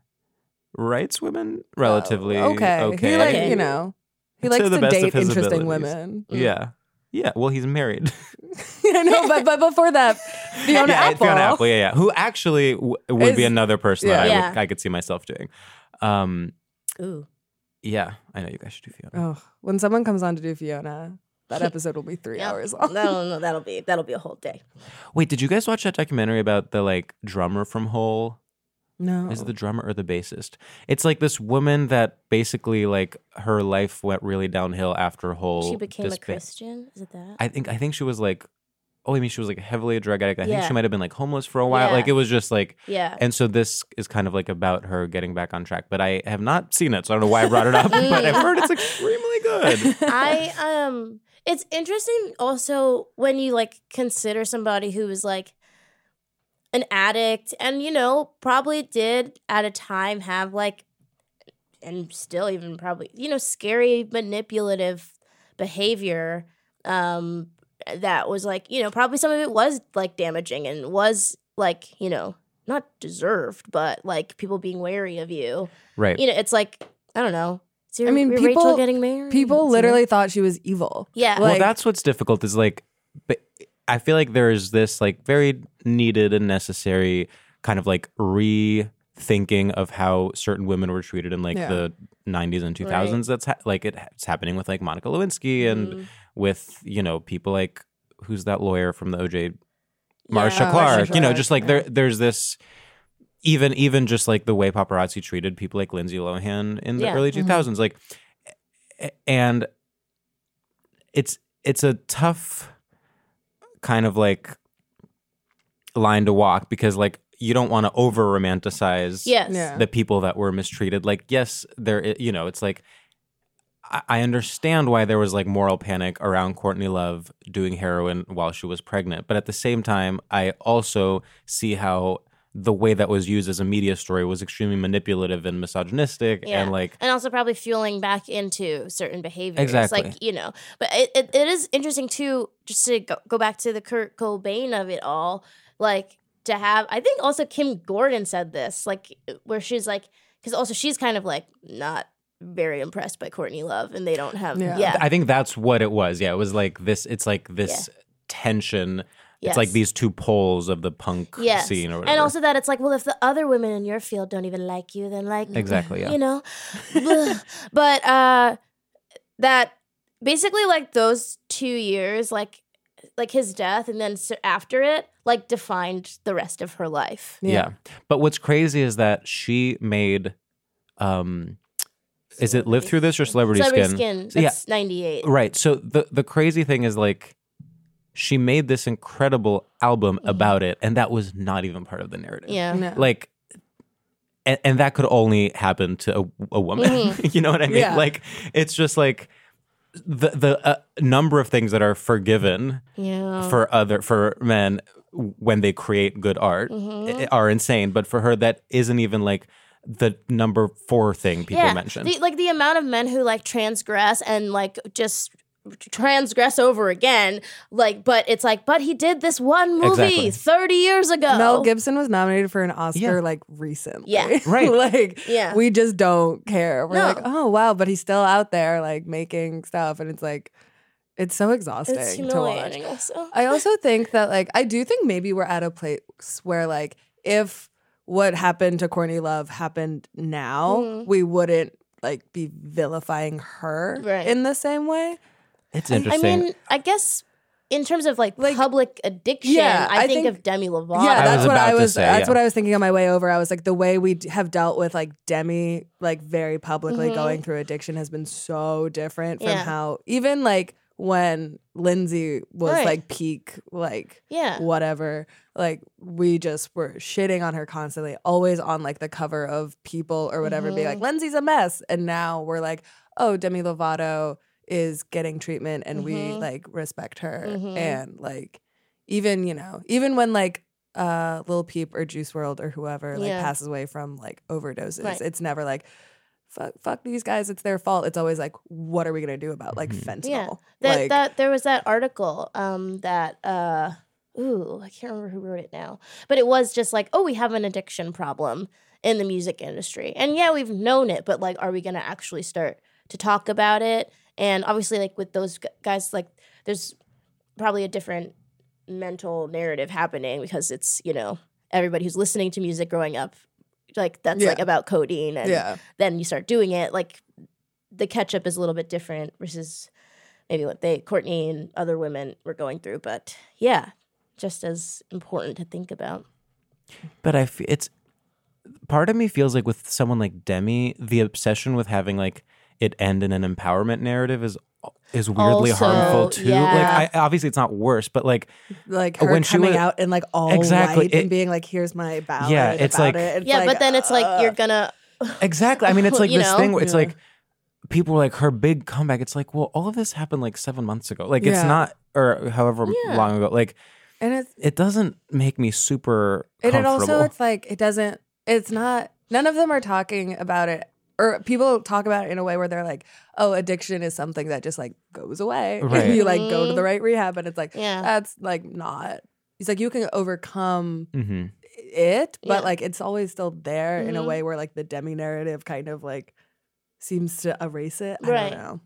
Speaker 7: writes women relatively.
Speaker 5: Oh, Okay. He like
Speaker 6: Okay. Mm.
Speaker 5: you know he
Speaker 7: To
Speaker 5: likes
Speaker 7: the
Speaker 5: to
Speaker 7: best of
Speaker 5: date
Speaker 7: his
Speaker 5: interesting
Speaker 7: abilities.
Speaker 5: women.
Speaker 7: yeah, yeah. Well, he's married.
Speaker 5: I know, but but before that, Fiona
Speaker 7: yeah,
Speaker 5: Apple.
Speaker 7: Fiona Apple, yeah, yeah. Who actually w- would be
Speaker 5: Is-
Speaker 7: another person that I,
Speaker 6: yeah.
Speaker 7: would-
Speaker 6: Yeah.
Speaker 7: I could see myself doing. Um,
Speaker 6: Ooh.
Speaker 7: yeah, I know you guys should do Fiona.
Speaker 5: Oh, when someone comes on to do Fiona, that episode will be three
Speaker 6: Yep.
Speaker 5: hours
Speaker 6: No,
Speaker 5: long.
Speaker 6: no, no, that'll be that'll be a whole day.
Speaker 5: Oh.
Speaker 7: Wait, did you guys watch that documentary about the like drummer from Hole?
Speaker 5: No.
Speaker 7: Is it the drummer or the bassist? It's like this woman that basically like her life went really downhill after Hole.
Speaker 6: she became a
Speaker 7: disband-
Speaker 6: Christian. Is it that?
Speaker 7: Oh, I think I think she was like, oh, I mean, she was like heavily a drug addict. I think
Speaker 6: Yeah.
Speaker 7: she might have been like homeless for a while.
Speaker 6: Yeah. Uh,
Speaker 7: Like it was just like,
Speaker 6: yeah.
Speaker 7: and so this is kind of like about her getting back on track. But I have not seen it, so I don't know why I brought it up. but I've heard it's extremely good.
Speaker 6: I um it's interesting also when you like consider somebody who is like an addict and you know probably did at a time have like and still even probably you know scary manipulative behavior um that was like you know probably some of it was like damaging and was like you know not deserved but like people being wary of you
Speaker 7: Right.
Speaker 6: you know it's like i don't know Is your-
Speaker 5: I mean,
Speaker 6: your
Speaker 5: people-
Speaker 6: Rachel getting married
Speaker 5: People
Speaker 6: you know?
Speaker 5: literally thought she was evil.
Speaker 6: Yeah.
Speaker 5: Like-
Speaker 7: well, that's what's difficult is like, but I feel like there is this like very needed and necessary kind of like rethinking of how certain women were treated in like
Speaker 5: Yeah.
Speaker 7: the 90s and 2000s. That's ha- like it, it's happening with like Monica Lewinsky and
Speaker 5: Mm.
Speaker 6: Mhm.
Speaker 7: with you know people like who's that lawyer from the OJ Marsha
Speaker 5: Yeah.
Speaker 7: Clark.
Speaker 5: Marsha
Speaker 7: You know,
Speaker 5: Clark,
Speaker 7: just like there there's this even even just like the way paparazzi treated people like Lindsay Lohan in the
Speaker 6: Yeah.
Speaker 7: early
Speaker 5: mm-hmm.
Speaker 3: Mhm.
Speaker 7: 2000s like a- and it's it's a tough kind of like line to walk because like you don't want to over romanticize
Speaker 6: Yes.
Speaker 5: Yeah.
Speaker 7: the people that were mistreated. Like, yes, there, i- you know, it's like I, I understand why there was like moral panic around Courtney Love doing heroin while she was pregnant, but at the same time, I also see how the way that was used as a media story was extremely manipulative and misogynistic
Speaker 6: Yeah.
Speaker 7: and like
Speaker 6: And also probably fueling back into certain behaviors.
Speaker 7: Exactly.
Speaker 6: Like, you know, but it, it, it is interesting too, just to go, go back to the Kurt Cobain of it all. Like, to have, I think also Kim Gordon said this, like, where she's like, because also she's kind of like not very impressed by Courtney Love and they don't have,
Speaker 5: Yeah.
Speaker 6: yeah.
Speaker 7: I think that's what it was. Yeah, it was like this. It's like this tension. It's like
Speaker 6: Yes.
Speaker 7: these two poles of the punk
Speaker 6: Yes.
Speaker 7: scene or whatever.
Speaker 6: And also that it's like, well, if the other women in your field don't even like you, then like,
Speaker 7: exactly. Yeah.
Speaker 6: you know Ugh. but uh that basically like those two years like like his death and then s- after it like defined the rest of her life
Speaker 7: Yeah. But what's crazy is that she made um is it live through this or celebrity,
Speaker 6: celebrity skin,
Speaker 7: skin? So, yeah.
Speaker 6: that's 98
Speaker 7: Right. So the the crazy thing is like she made this incredible album about it and that was not even part of the narrative.
Speaker 6: yeah
Speaker 5: No.
Speaker 7: Like and, and that could only happen to a, a woman. you know what I mean?
Speaker 5: Yeah.
Speaker 7: Like it's just like the the uh, number of things that are forgiven
Speaker 6: yeah
Speaker 7: for other for men when they create good art
Speaker 6: Mm-hmm.
Speaker 7: i- are insane but for her that isn't even like the number four thing people
Speaker 6: yeah
Speaker 7: mention
Speaker 6: The- like the amount of men who like transgress and like just transgress over again like but it's like but he did this one movie
Speaker 7: Exactly.
Speaker 6: 30 years ago
Speaker 5: Mel Gibson was nominated for an Oscar
Speaker 7: Yeah.
Speaker 5: like recently.
Speaker 6: Yeah.
Speaker 7: Right.
Speaker 5: like
Speaker 6: Yeah.
Speaker 5: we just don't care. We're
Speaker 6: No.
Speaker 5: like, oh wow, but he's still out there like making stuff, and it's like, it's so exhausting
Speaker 6: it's
Speaker 5: to watch.
Speaker 6: humiliating also
Speaker 5: I also think that like I do think maybe we're at a place where like if what happened to Courtney Love happened now,
Speaker 6: Mhm.
Speaker 5: we wouldn't like be vilifying her
Speaker 6: Right.
Speaker 5: in the same way.
Speaker 7: it's
Speaker 6: I
Speaker 7: interesting i,
Speaker 6: mean, I guess in terms of like,
Speaker 5: Like-
Speaker 6: public addiction,
Speaker 5: Yeah,
Speaker 6: I,
Speaker 5: I
Speaker 6: think,
Speaker 5: think-
Speaker 6: of Demi Lovato.
Speaker 5: yeah, that's
Speaker 7: was
Speaker 5: what
Speaker 7: about
Speaker 5: I
Speaker 7: to
Speaker 5: was.
Speaker 7: say,
Speaker 5: that's
Speaker 7: yeah.
Speaker 5: what I was thinking on my way over. I was like, the way we d- have dealt with like Demi, like very publicly
Speaker 6: Mhm.
Speaker 5: going through addiction, has been so different from
Speaker 6: Yeah.
Speaker 5: how even like when Lindsay was
Speaker 6: Right.
Speaker 5: like peak, like
Speaker 6: yeah,
Speaker 5: whatever. Like we just were shitting on her constantly, always on like the cover of People or whatever, being
Speaker 6: Mm-hmm.
Speaker 5: like Lindsay's a mess, and now we're like, oh, Demi Lovato is getting treatment, and we
Speaker 6: Mhm.
Speaker 5: like respect her,
Speaker 6: Mhm.
Speaker 5: and like even you know even when like uh Lil Peep or Juice World or whoever like
Speaker 6: Yeah.
Speaker 5: passes away from like overdoses,
Speaker 6: Right.
Speaker 5: it's never like. Fuck, fuck these guys. It's their fault. It's always like, what are we gonna do about like fentanyl?
Speaker 6: that,
Speaker 5: like,
Speaker 6: that there was that article um, that uh, ooh, I can't remember who wrote it now, but it was just like, oh, we have an addiction problem in the music industry, and yeah, we've known it, but like, are we gonna actually start to talk about it? And obviously, like with those gu- guys, like there's probably a different mental narrative happening because it's you know everybody who's listening to music growing up like that's
Speaker 9: Yeah.
Speaker 6: like about codeine and
Speaker 9: yeah.
Speaker 6: then you start doing it like the catch up is a little bit different versus maybe what they courtney and other women were going through but yeah just as important to think about
Speaker 7: But I f- it's part of me feels like with someone like Demi, the obsession with having like it end in an empowerment narrative is is weirdly
Speaker 6: Also,
Speaker 7: harmful too.
Speaker 6: yeah.
Speaker 7: Like I, obviously it's not worse, but like
Speaker 5: Like
Speaker 7: Uh,
Speaker 5: her
Speaker 7: when she
Speaker 5: coming
Speaker 7: was-
Speaker 5: out and like all
Speaker 7: Exactly,
Speaker 5: white
Speaker 7: it-
Speaker 5: and being like, "Here's my ballad."
Speaker 7: Yeah, it's
Speaker 5: about
Speaker 7: like-
Speaker 5: it. It's
Speaker 6: yeah
Speaker 5: like,
Speaker 6: but then it's like
Speaker 5: uh,
Speaker 6: you're gonna
Speaker 7: exactly. I mean, it's like
Speaker 6: You
Speaker 7: this
Speaker 6: know?
Speaker 7: thing where it's
Speaker 5: Yeah.
Speaker 7: like people were like her big comeback. It's like well, all of this happened like seven months ago. Like it's
Speaker 5: Yeah.
Speaker 7: not or however
Speaker 6: Yeah.
Speaker 7: long ago. Like
Speaker 5: and it's
Speaker 7: it doesn't make me super
Speaker 5: And it
Speaker 7: comfortable.
Speaker 5: also it's like it doesn't it's not none of them are talking about it or people talk about it in a way where they're like, oh, addiction is something that just like goes away.
Speaker 7: Right.
Speaker 5: And you like go to the right rehab and it's like
Speaker 6: Mm-hmm. Yeah.
Speaker 7: Uh,
Speaker 5: that's like not he's like you can overcome
Speaker 7: hmm
Speaker 5: it, but
Speaker 6: Yeah.
Speaker 5: like it's always still there in a
Speaker 6: Mhm.
Speaker 5: way where like the demi narrative kind of like seems to erase it. I
Speaker 6: Right.
Speaker 5: don't know.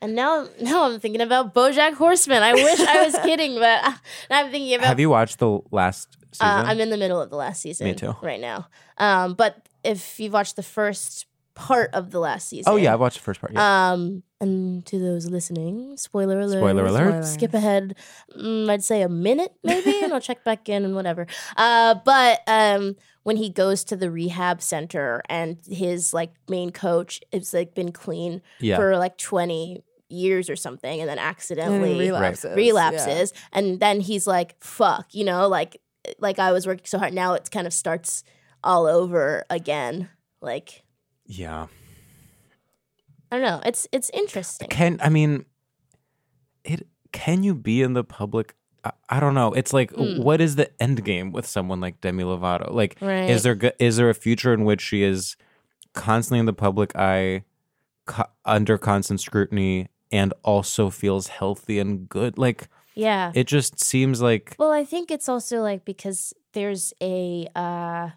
Speaker 6: and now now i'm thinking about bojack horseman i wish i was kidding but I, i'm thinking about
Speaker 7: Have you watched the last season?
Speaker 6: Uh, I'm in the middle of the last season.
Speaker 7: too.
Speaker 6: Right now. Um, but if you've watched the first part of the last season.
Speaker 7: oh yeah, I've watched the first part. Yeah.
Speaker 6: Um, and to those listening, spoiler alert.
Speaker 7: Spoiler alert.
Speaker 6: Skip ahead. Mm, I'd say a minute maybe, and I'll check back in and whatever. Uh, but um, when he goes to the rehab center and his like main coach is like been clean
Speaker 7: yeah.
Speaker 6: for like 20 years or something, and then
Speaker 5: And
Speaker 6: accidentally
Speaker 5: it relapses. yeah.
Speaker 6: relapses and then he's like fuck you know like like i was working so hard now it kind of starts all over again like
Speaker 7: yeah.
Speaker 6: i don't know it's it's interesting
Speaker 7: Can I mean it can you be in the public I, I don't know. It's like
Speaker 6: Mm.
Speaker 7: what is the end game with someone like Demi Lovato? Like
Speaker 6: right
Speaker 7: is there go- is there a future in which she is constantly in the public eye co- under constant scrutiny and also feels healthy and good? Like
Speaker 6: yeah
Speaker 7: it just seems like
Speaker 6: well i think it's also like because there's a uh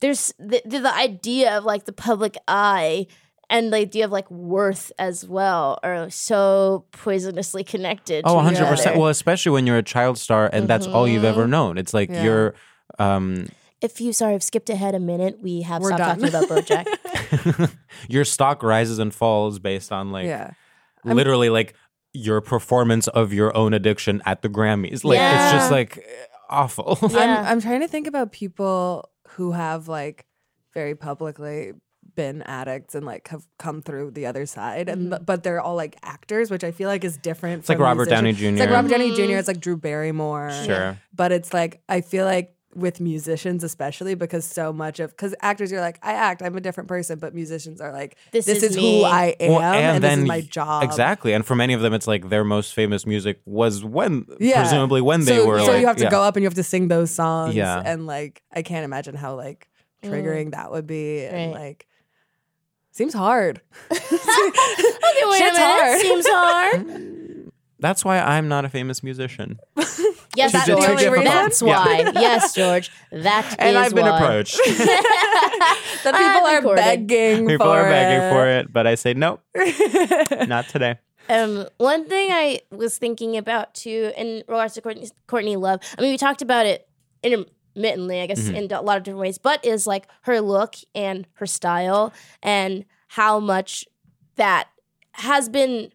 Speaker 6: there's the, the, the idea of like the public eye and the idea of like worth as well are so poisonously connected
Speaker 7: Oh,
Speaker 6: to each
Speaker 7: 100%.
Speaker 6: other.
Speaker 7: Well, especially when you're a child star and that's all you've
Speaker 6: Mhm.
Speaker 7: ever known. It's like
Speaker 5: Mm-hmm. Yeah.
Speaker 7: you're um
Speaker 6: if you sorry i've skipped ahead a minute we have
Speaker 5: We're
Speaker 6: stopped
Speaker 5: done.
Speaker 6: talking about bojack
Speaker 7: your stock rises and falls based on like
Speaker 5: yeah. I'm-
Speaker 7: literally like your performance of your own addiction at the Grammys. Like it's
Speaker 6: Yeah.
Speaker 7: just like awful.
Speaker 6: Yeah.
Speaker 5: I'm I'm trying to think about people who have like very publicly been addicts and like have come through the other side and but they're all like actors which I feel like is different
Speaker 7: It's like
Speaker 5: from
Speaker 7: Robert Downey
Speaker 5: musicians.
Speaker 7: Jr.
Speaker 5: It's like Robert Downey
Speaker 6: Mhm.
Speaker 5: Jr. It's like Drew Barrymore.
Speaker 7: Sure.
Speaker 5: But it's like I feel like with musicians especially because so much of cuz actors you're like I act I'm a different person but musicians are like
Speaker 6: This
Speaker 5: this,
Speaker 6: is
Speaker 5: is, who
Speaker 6: me.
Speaker 5: I am
Speaker 7: Well,
Speaker 5: and, this is
Speaker 7: then
Speaker 5: my
Speaker 7: y-
Speaker 5: job.
Speaker 7: Exactly. And for many of them it's like their most famous music was when
Speaker 5: Yeah.
Speaker 7: presumably when they
Speaker 5: so,
Speaker 7: were
Speaker 5: so
Speaker 7: like
Speaker 5: you have to
Speaker 7: yeah.
Speaker 5: go up and you have to sing those songs
Speaker 7: Yeah.
Speaker 5: and like i can't imagine how like triggering that would be and
Speaker 6: Mm. Right.
Speaker 5: like seems hard
Speaker 6: Okay, wait
Speaker 5: Shit's
Speaker 6: a minute.
Speaker 5: hard.
Speaker 6: Seems hard.
Speaker 7: That's why I'm not a famous musician.
Speaker 6: yes,
Speaker 7: Is it
Speaker 5: too
Speaker 6: George.
Speaker 5: difficult?
Speaker 6: That's
Speaker 7: Yeah.
Speaker 6: why. Yes, George. That is
Speaker 7: And I've been
Speaker 6: why.
Speaker 7: approached.
Speaker 5: the people
Speaker 6: I'm
Speaker 5: are
Speaker 6: recording.
Speaker 5: begging
Speaker 7: People
Speaker 5: for
Speaker 7: are begging
Speaker 5: it.
Speaker 7: for it, but I say nope, not today.
Speaker 6: Um, one thing I was thinking about too, in regards to Courtney, Courtney Love. I mean, we talked about it intermittently, I guess,
Speaker 7: Mhm.
Speaker 6: in a lot of different ways. But is like her look and her style and how much that has been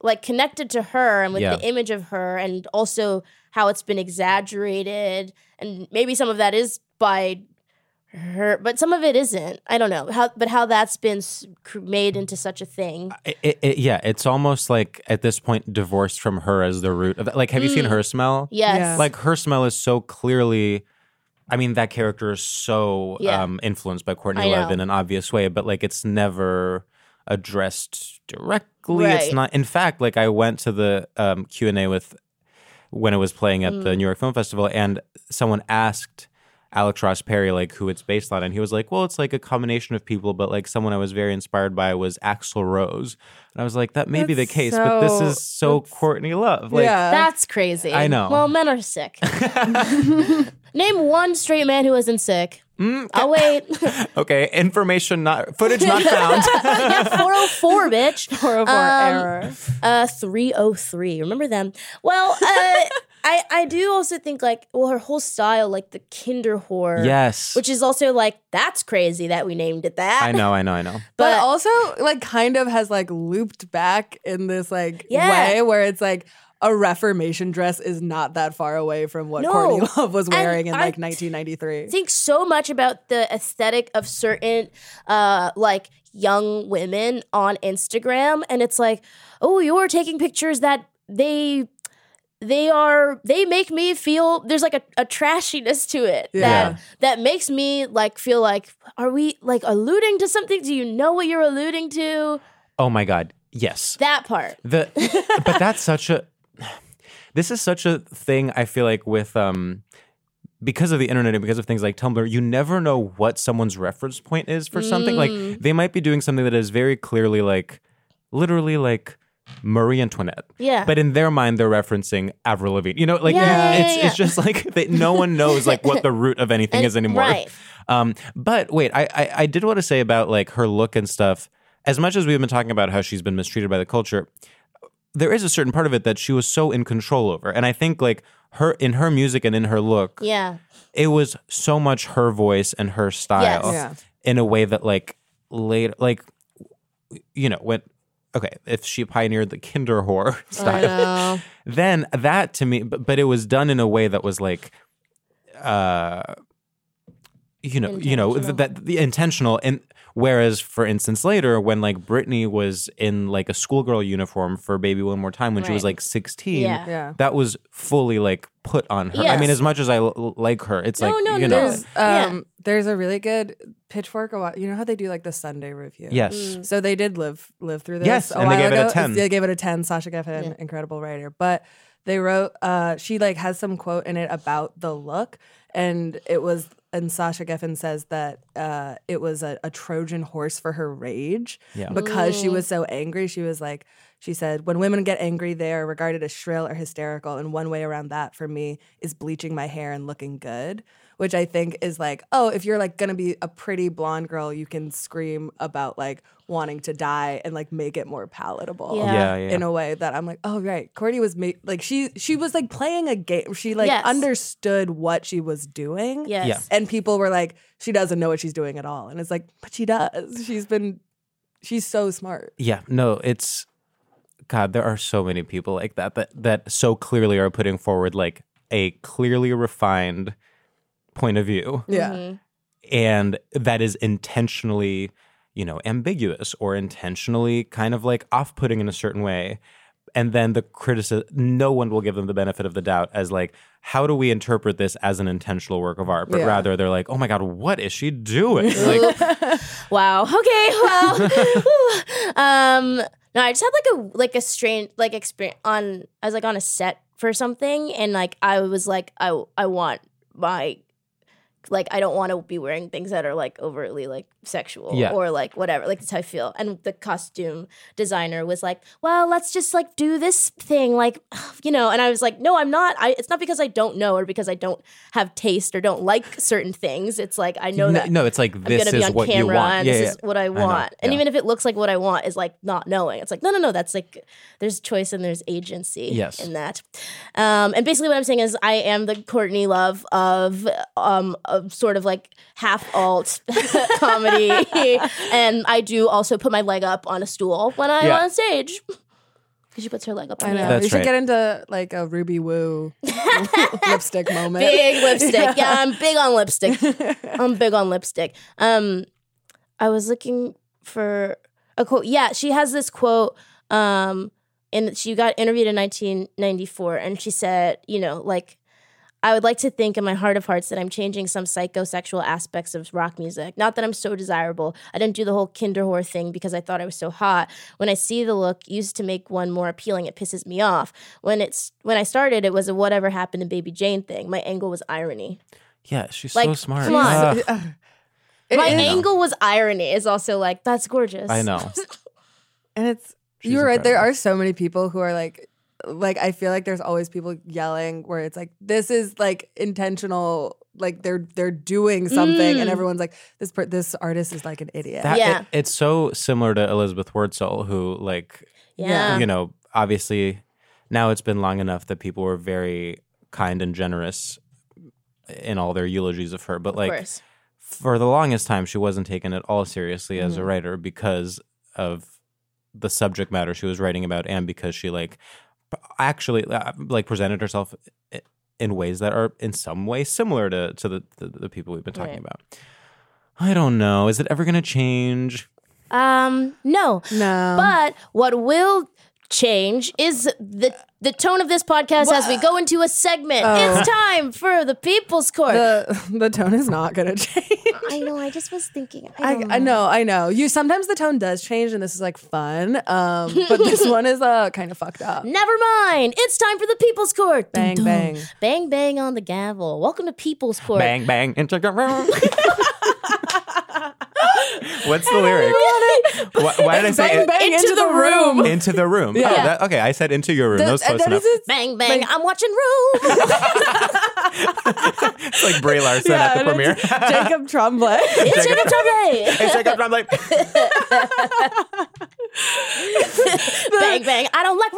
Speaker 6: like connected to her and with
Speaker 7: Yeah.
Speaker 6: the image of her, and also how it's been exaggerated, and maybe some of that is by her, but some of it isn't. I don't know how, but how that's been s- cr- made into such a thing.
Speaker 7: It, it, it- yeah, it's almost like at this point divorced from her as the root of that. Like, have you seen
Speaker 6: Mm.
Speaker 7: her smell?
Speaker 6: Yes.
Speaker 5: Yeah.
Speaker 7: Like her smell is so clearly. I mean, that character is so
Speaker 6: Yeah.
Speaker 7: um, influenced by
Speaker 6: I
Speaker 7: Courtney Love
Speaker 6: know.
Speaker 7: in an obvious way, but like it's never addressed directly.
Speaker 6: Right.
Speaker 7: It's not. In fact, like I went to the um,
Speaker 6: Mm.
Speaker 7: Q and A with when it was playing at the New York Film Festival, and someone asked Alex Ross Perry, like who it's based on, and he was like, "Well, it's like a combination of people, but like someone I was very inspired by was Axl Rose," and I was like, "That may be the
Speaker 5: That's
Speaker 7: case, but this
Speaker 5: so-
Speaker 7: is so
Speaker 5: that's-
Speaker 7: Courtney Love." Like,
Speaker 5: yeah.
Speaker 6: That's crazy.
Speaker 7: I know.
Speaker 6: Well, men are sick. Name one straight man who isn't sick.
Speaker 7: mm,
Speaker 6: Oh wait.
Speaker 7: okay, information not footage not found.
Speaker 6: yeah, 404, bitch.
Speaker 5: 404
Speaker 6: Um,
Speaker 5: error.
Speaker 6: Uh, 303. Remember them? Well, uh, I I do also think like well her whole style like the kinder whore.
Speaker 7: yes,
Speaker 6: Which is also like that's crazy that we named it that.
Speaker 7: I know, I know, I know.
Speaker 5: But,
Speaker 6: But,
Speaker 5: also, like, kind of has like looped back in this like
Speaker 6: Yeah.
Speaker 5: way where it's like a Reformation dress is not that far away from what
Speaker 6: No.
Speaker 5: Courtney Love was wearing in
Speaker 6: I
Speaker 5: like 1993.
Speaker 6: think so much about the aesthetic of certain uh like young women on Instagram and it's like, "Oh, you're taking pictures that they they are they make me feel there's like a, a trashiness to it
Speaker 5: Yeah.
Speaker 6: that that makes me like feel like are we like alluding to something do you know what you're alluding to
Speaker 7: Oh my god, yes.
Speaker 6: that part
Speaker 7: The but that's such a this is such a thing I feel like with um because of the internet and because of things like Tumblr, you never know what someone's reference point is for something.
Speaker 6: Mm.
Speaker 7: Like they might be doing something that is very clearly like literally like Marie Antoinette.
Speaker 6: yeah
Speaker 7: But in their mind, they're referencing Avril Lavigne. You know, like
Speaker 6: Yeah, yeah,
Speaker 7: it's
Speaker 6: yeah,
Speaker 7: it's just like that. No one knows like what the root of anything
Speaker 6: And-
Speaker 7: is anymore.
Speaker 6: right.
Speaker 7: Um, but wait, I, I I did want to say about like her look and stuff. As much as we've been talking about how she's been mistreated by the culture, there is a certain part of it that she was so in control over, and I think like her in her music and in her look,
Speaker 6: yeah
Speaker 7: it was so much her voice and her style
Speaker 6: Yes.
Speaker 5: Yeah.
Speaker 7: in a way that like later like you know when okay if she pioneered the kinder horror style then that to me but, but it was done in a way that was like uh you know you know th-
Speaker 6: Intentional.
Speaker 7: that the intentional and whereas for instance later when like Britney was in like a schoolgirl uniform for baby one more time when she was
Speaker 6: Right.
Speaker 7: like 16
Speaker 6: Yeah.
Speaker 5: Yeah.
Speaker 7: that was fully like put on her i mean
Speaker 6: Yes.
Speaker 7: as much as I l- l- like her it's
Speaker 6: No,
Speaker 7: like
Speaker 6: no,
Speaker 7: you
Speaker 6: no.
Speaker 7: know
Speaker 5: There's
Speaker 6: Yeah.
Speaker 5: um there's a really good pitchfork a while, you know how they do like the Sunday review.
Speaker 7: yes
Speaker 6: Mm.
Speaker 5: So they did live live through this.
Speaker 7: Yes,
Speaker 5: a
Speaker 7: and they
Speaker 5: while
Speaker 7: gave it a
Speaker 5: ago.
Speaker 7: 10.
Speaker 5: They gave it a ten. Sasha Geffen,
Speaker 6: Yeah.
Speaker 5: incredible writer, but they wrote. Uh, she like has some quote in it about the look, and it was. And Sasha Geffen says that uh, it was a, a Trojan horse for her rage
Speaker 7: Yeah.
Speaker 5: because
Speaker 6: Mm.
Speaker 5: she was so angry. She was like, she said, when women get angry, they are regarded as shrill or hysterical. And one way around that for me is bleaching my hair and looking good, which I think is like, oh, if you're like gonna be a pretty blonde girl, you can scream about like wanting to die and like make it more palatable.
Speaker 6: Yeah.
Speaker 7: Oh, yeah, yeah.
Speaker 5: In a way that I'm like, oh right, Courtney was ma- like she she was like playing a game. She like
Speaker 6: Yes.
Speaker 5: understood what she was doing,
Speaker 6: yes
Speaker 7: Yeah.
Speaker 5: and people were like, she doesn't know what she's doing at all, and it's like, but she does. She's been, she's so smart.
Speaker 7: Yeah, no, it's God, there are so many people like that that that so clearly are putting forward like a clearly refined point of view
Speaker 5: Yeah.
Speaker 6: Mhm.
Speaker 7: and that is intentionally, you know, ambiguous or intentionally kind of like off-putting in a certain way. And then the criticism, no one will give them the benefit of the doubt as like, how do we interpret this as an intentional work of art? But
Speaker 5: Yeah.
Speaker 7: rather, they're like, oh my God, what is she doing? Like,
Speaker 6: Wow. Okay. Well. whew. um. No, I just had like a like a strange like experience on. I was like on a set for something, and like I was like I I want my like I don't want to be wearing things that are like overtly like sexual
Speaker 7: Yeah.
Speaker 6: or like whatever. Like that's how I feel. And the costume designer was like, "Well, let's just like do this thing, like you know." And I was like, "No, I'm not. I, it's not because I don't know or because I don't have taste or don't like certain things. It's like I know
Speaker 7: no,
Speaker 6: that
Speaker 7: no, it's like,
Speaker 6: I'm
Speaker 7: this
Speaker 6: gonna be
Speaker 7: is
Speaker 6: on
Speaker 7: what you
Speaker 6: camera
Speaker 7: want.
Speaker 6: and
Speaker 7: Yeah,
Speaker 6: this
Speaker 7: yeah.
Speaker 6: is what I
Speaker 7: know,
Speaker 6: want. And
Speaker 7: yeah.
Speaker 6: even if it looks like what I want is like not knowing, it's like, no, no, no, that's like there's choice and there's agency
Speaker 7: Yes.
Speaker 6: in that. Um, and basically what I'm saying is I am the Courtney Love of um of sort of like half alt comedy. and I do also put my leg up on a stool when I'm
Speaker 7: Yeah.
Speaker 6: on stage. Because she puts her leg up on
Speaker 5: I
Speaker 6: the
Speaker 5: know.
Speaker 7: That's
Speaker 5: we should
Speaker 7: right.
Speaker 5: get into like a Ruby Woo lipstick moment.
Speaker 6: big lipstick. Yeah, I'm big on lipstick. I'm big on lipstick. Um, I was looking for a quote. Yeah, she has this quote. Um, and she got interviewed in 1994, and she said, you know, like. I would like to think in my heart of hearts that I'm changing some psychosexual aspects of rock music. Not that I'm so desirable. I didn't do the whole kinder whore thing because I thought I was so hot. When I see the look used to make one more appealing, it pisses me off. When it's when I started, it was a whatever happened to Baby Jane thing. My angle was irony.
Speaker 7: Yeah, she's so
Speaker 6: Like,
Speaker 7: smart.
Speaker 6: come on.
Speaker 7: Ugh,
Speaker 5: Uh, It
Speaker 6: My
Speaker 5: is-
Speaker 6: angle was irony. Is also like that's gorgeous.
Speaker 7: I know.
Speaker 5: and it's
Speaker 7: She's
Speaker 5: you're right. There
Speaker 7: incredible.
Speaker 5: are so many people who are like, like I feel like there's always people yelling where it's like this is like intentional, like they're they're doing something, and
Speaker 6: Mm.
Speaker 5: everyone's like this per- this artist is like an idiot.
Speaker 7: That,
Speaker 6: Yeah.
Speaker 7: it- it's so similar to Elizabeth Wurtzel, who like
Speaker 6: Yeah.
Speaker 7: you know, obviously now it's been long enough that people were very kind and generous in all their eulogies of her. But
Speaker 6: of
Speaker 7: like
Speaker 6: course.
Speaker 7: for the longest time she wasn't taken at all seriously as
Speaker 5: Mm-hmm.
Speaker 7: a
Speaker 6: Mhm.
Speaker 7: writer because of the subject matter she was writing about and because she like p- actually uh, like presented herself i- in ways that are in some way similar to to the the, the people we've been talking
Speaker 6: Right.
Speaker 7: about. I don't know. Is it ever going to change?
Speaker 6: Um, no.
Speaker 5: no,
Speaker 6: But what will change is the the tone of this podcast as we go into a segment. It's time for the People's Court.
Speaker 5: Oh. the the tone is not gonna change.
Speaker 6: I know. I just was thinking. I,
Speaker 5: I,
Speaker 6: don't
Speaker 5: I know, I know. You sometimes the tone does change, and this is like fun. Um, but this one is uh kind of fucked up.
Speaker 6: Never mind. It's time for the People's Court. Dun,
Speaker 5: Bang
Speaker 6: dun.
Speaker 5: bang.
Speaker 6: Bang bang on the gavel. Welcome to People's Court.
Speaker 7: Bang bang into the room. What's the lyric? Why, why did I say
Speaker 5: Bang
Speaker 7: it-
Speaker 5: bang into,
Speaker 6: Into
Speaker 5: the
Speaker 6: the
Speaker 5: room.
Speaker 7: into the room? Oh,
Speaker 5: Yeah.
Speaker 7: that- okay, I said into your room. that was
Speaker 5: That-
Speaker 7: close
Speaker 5: that
Speaker 7: enough.
Speaker 5: is
Speaker 6: Bang bang. I'm watching Room.
Speaker 7: It's like Bray Larson
Speaker 5: Yeah,
Speaker 7: at the
Speaker 5: and
Speaker 7: premiere.
Speaker 5: it's Jacob Tremblay.
Speaker 6: it's Jacob Tremblay.
Speaker 7: It's Jacob Tremblay.
Speaker 6: bang bang. I don't like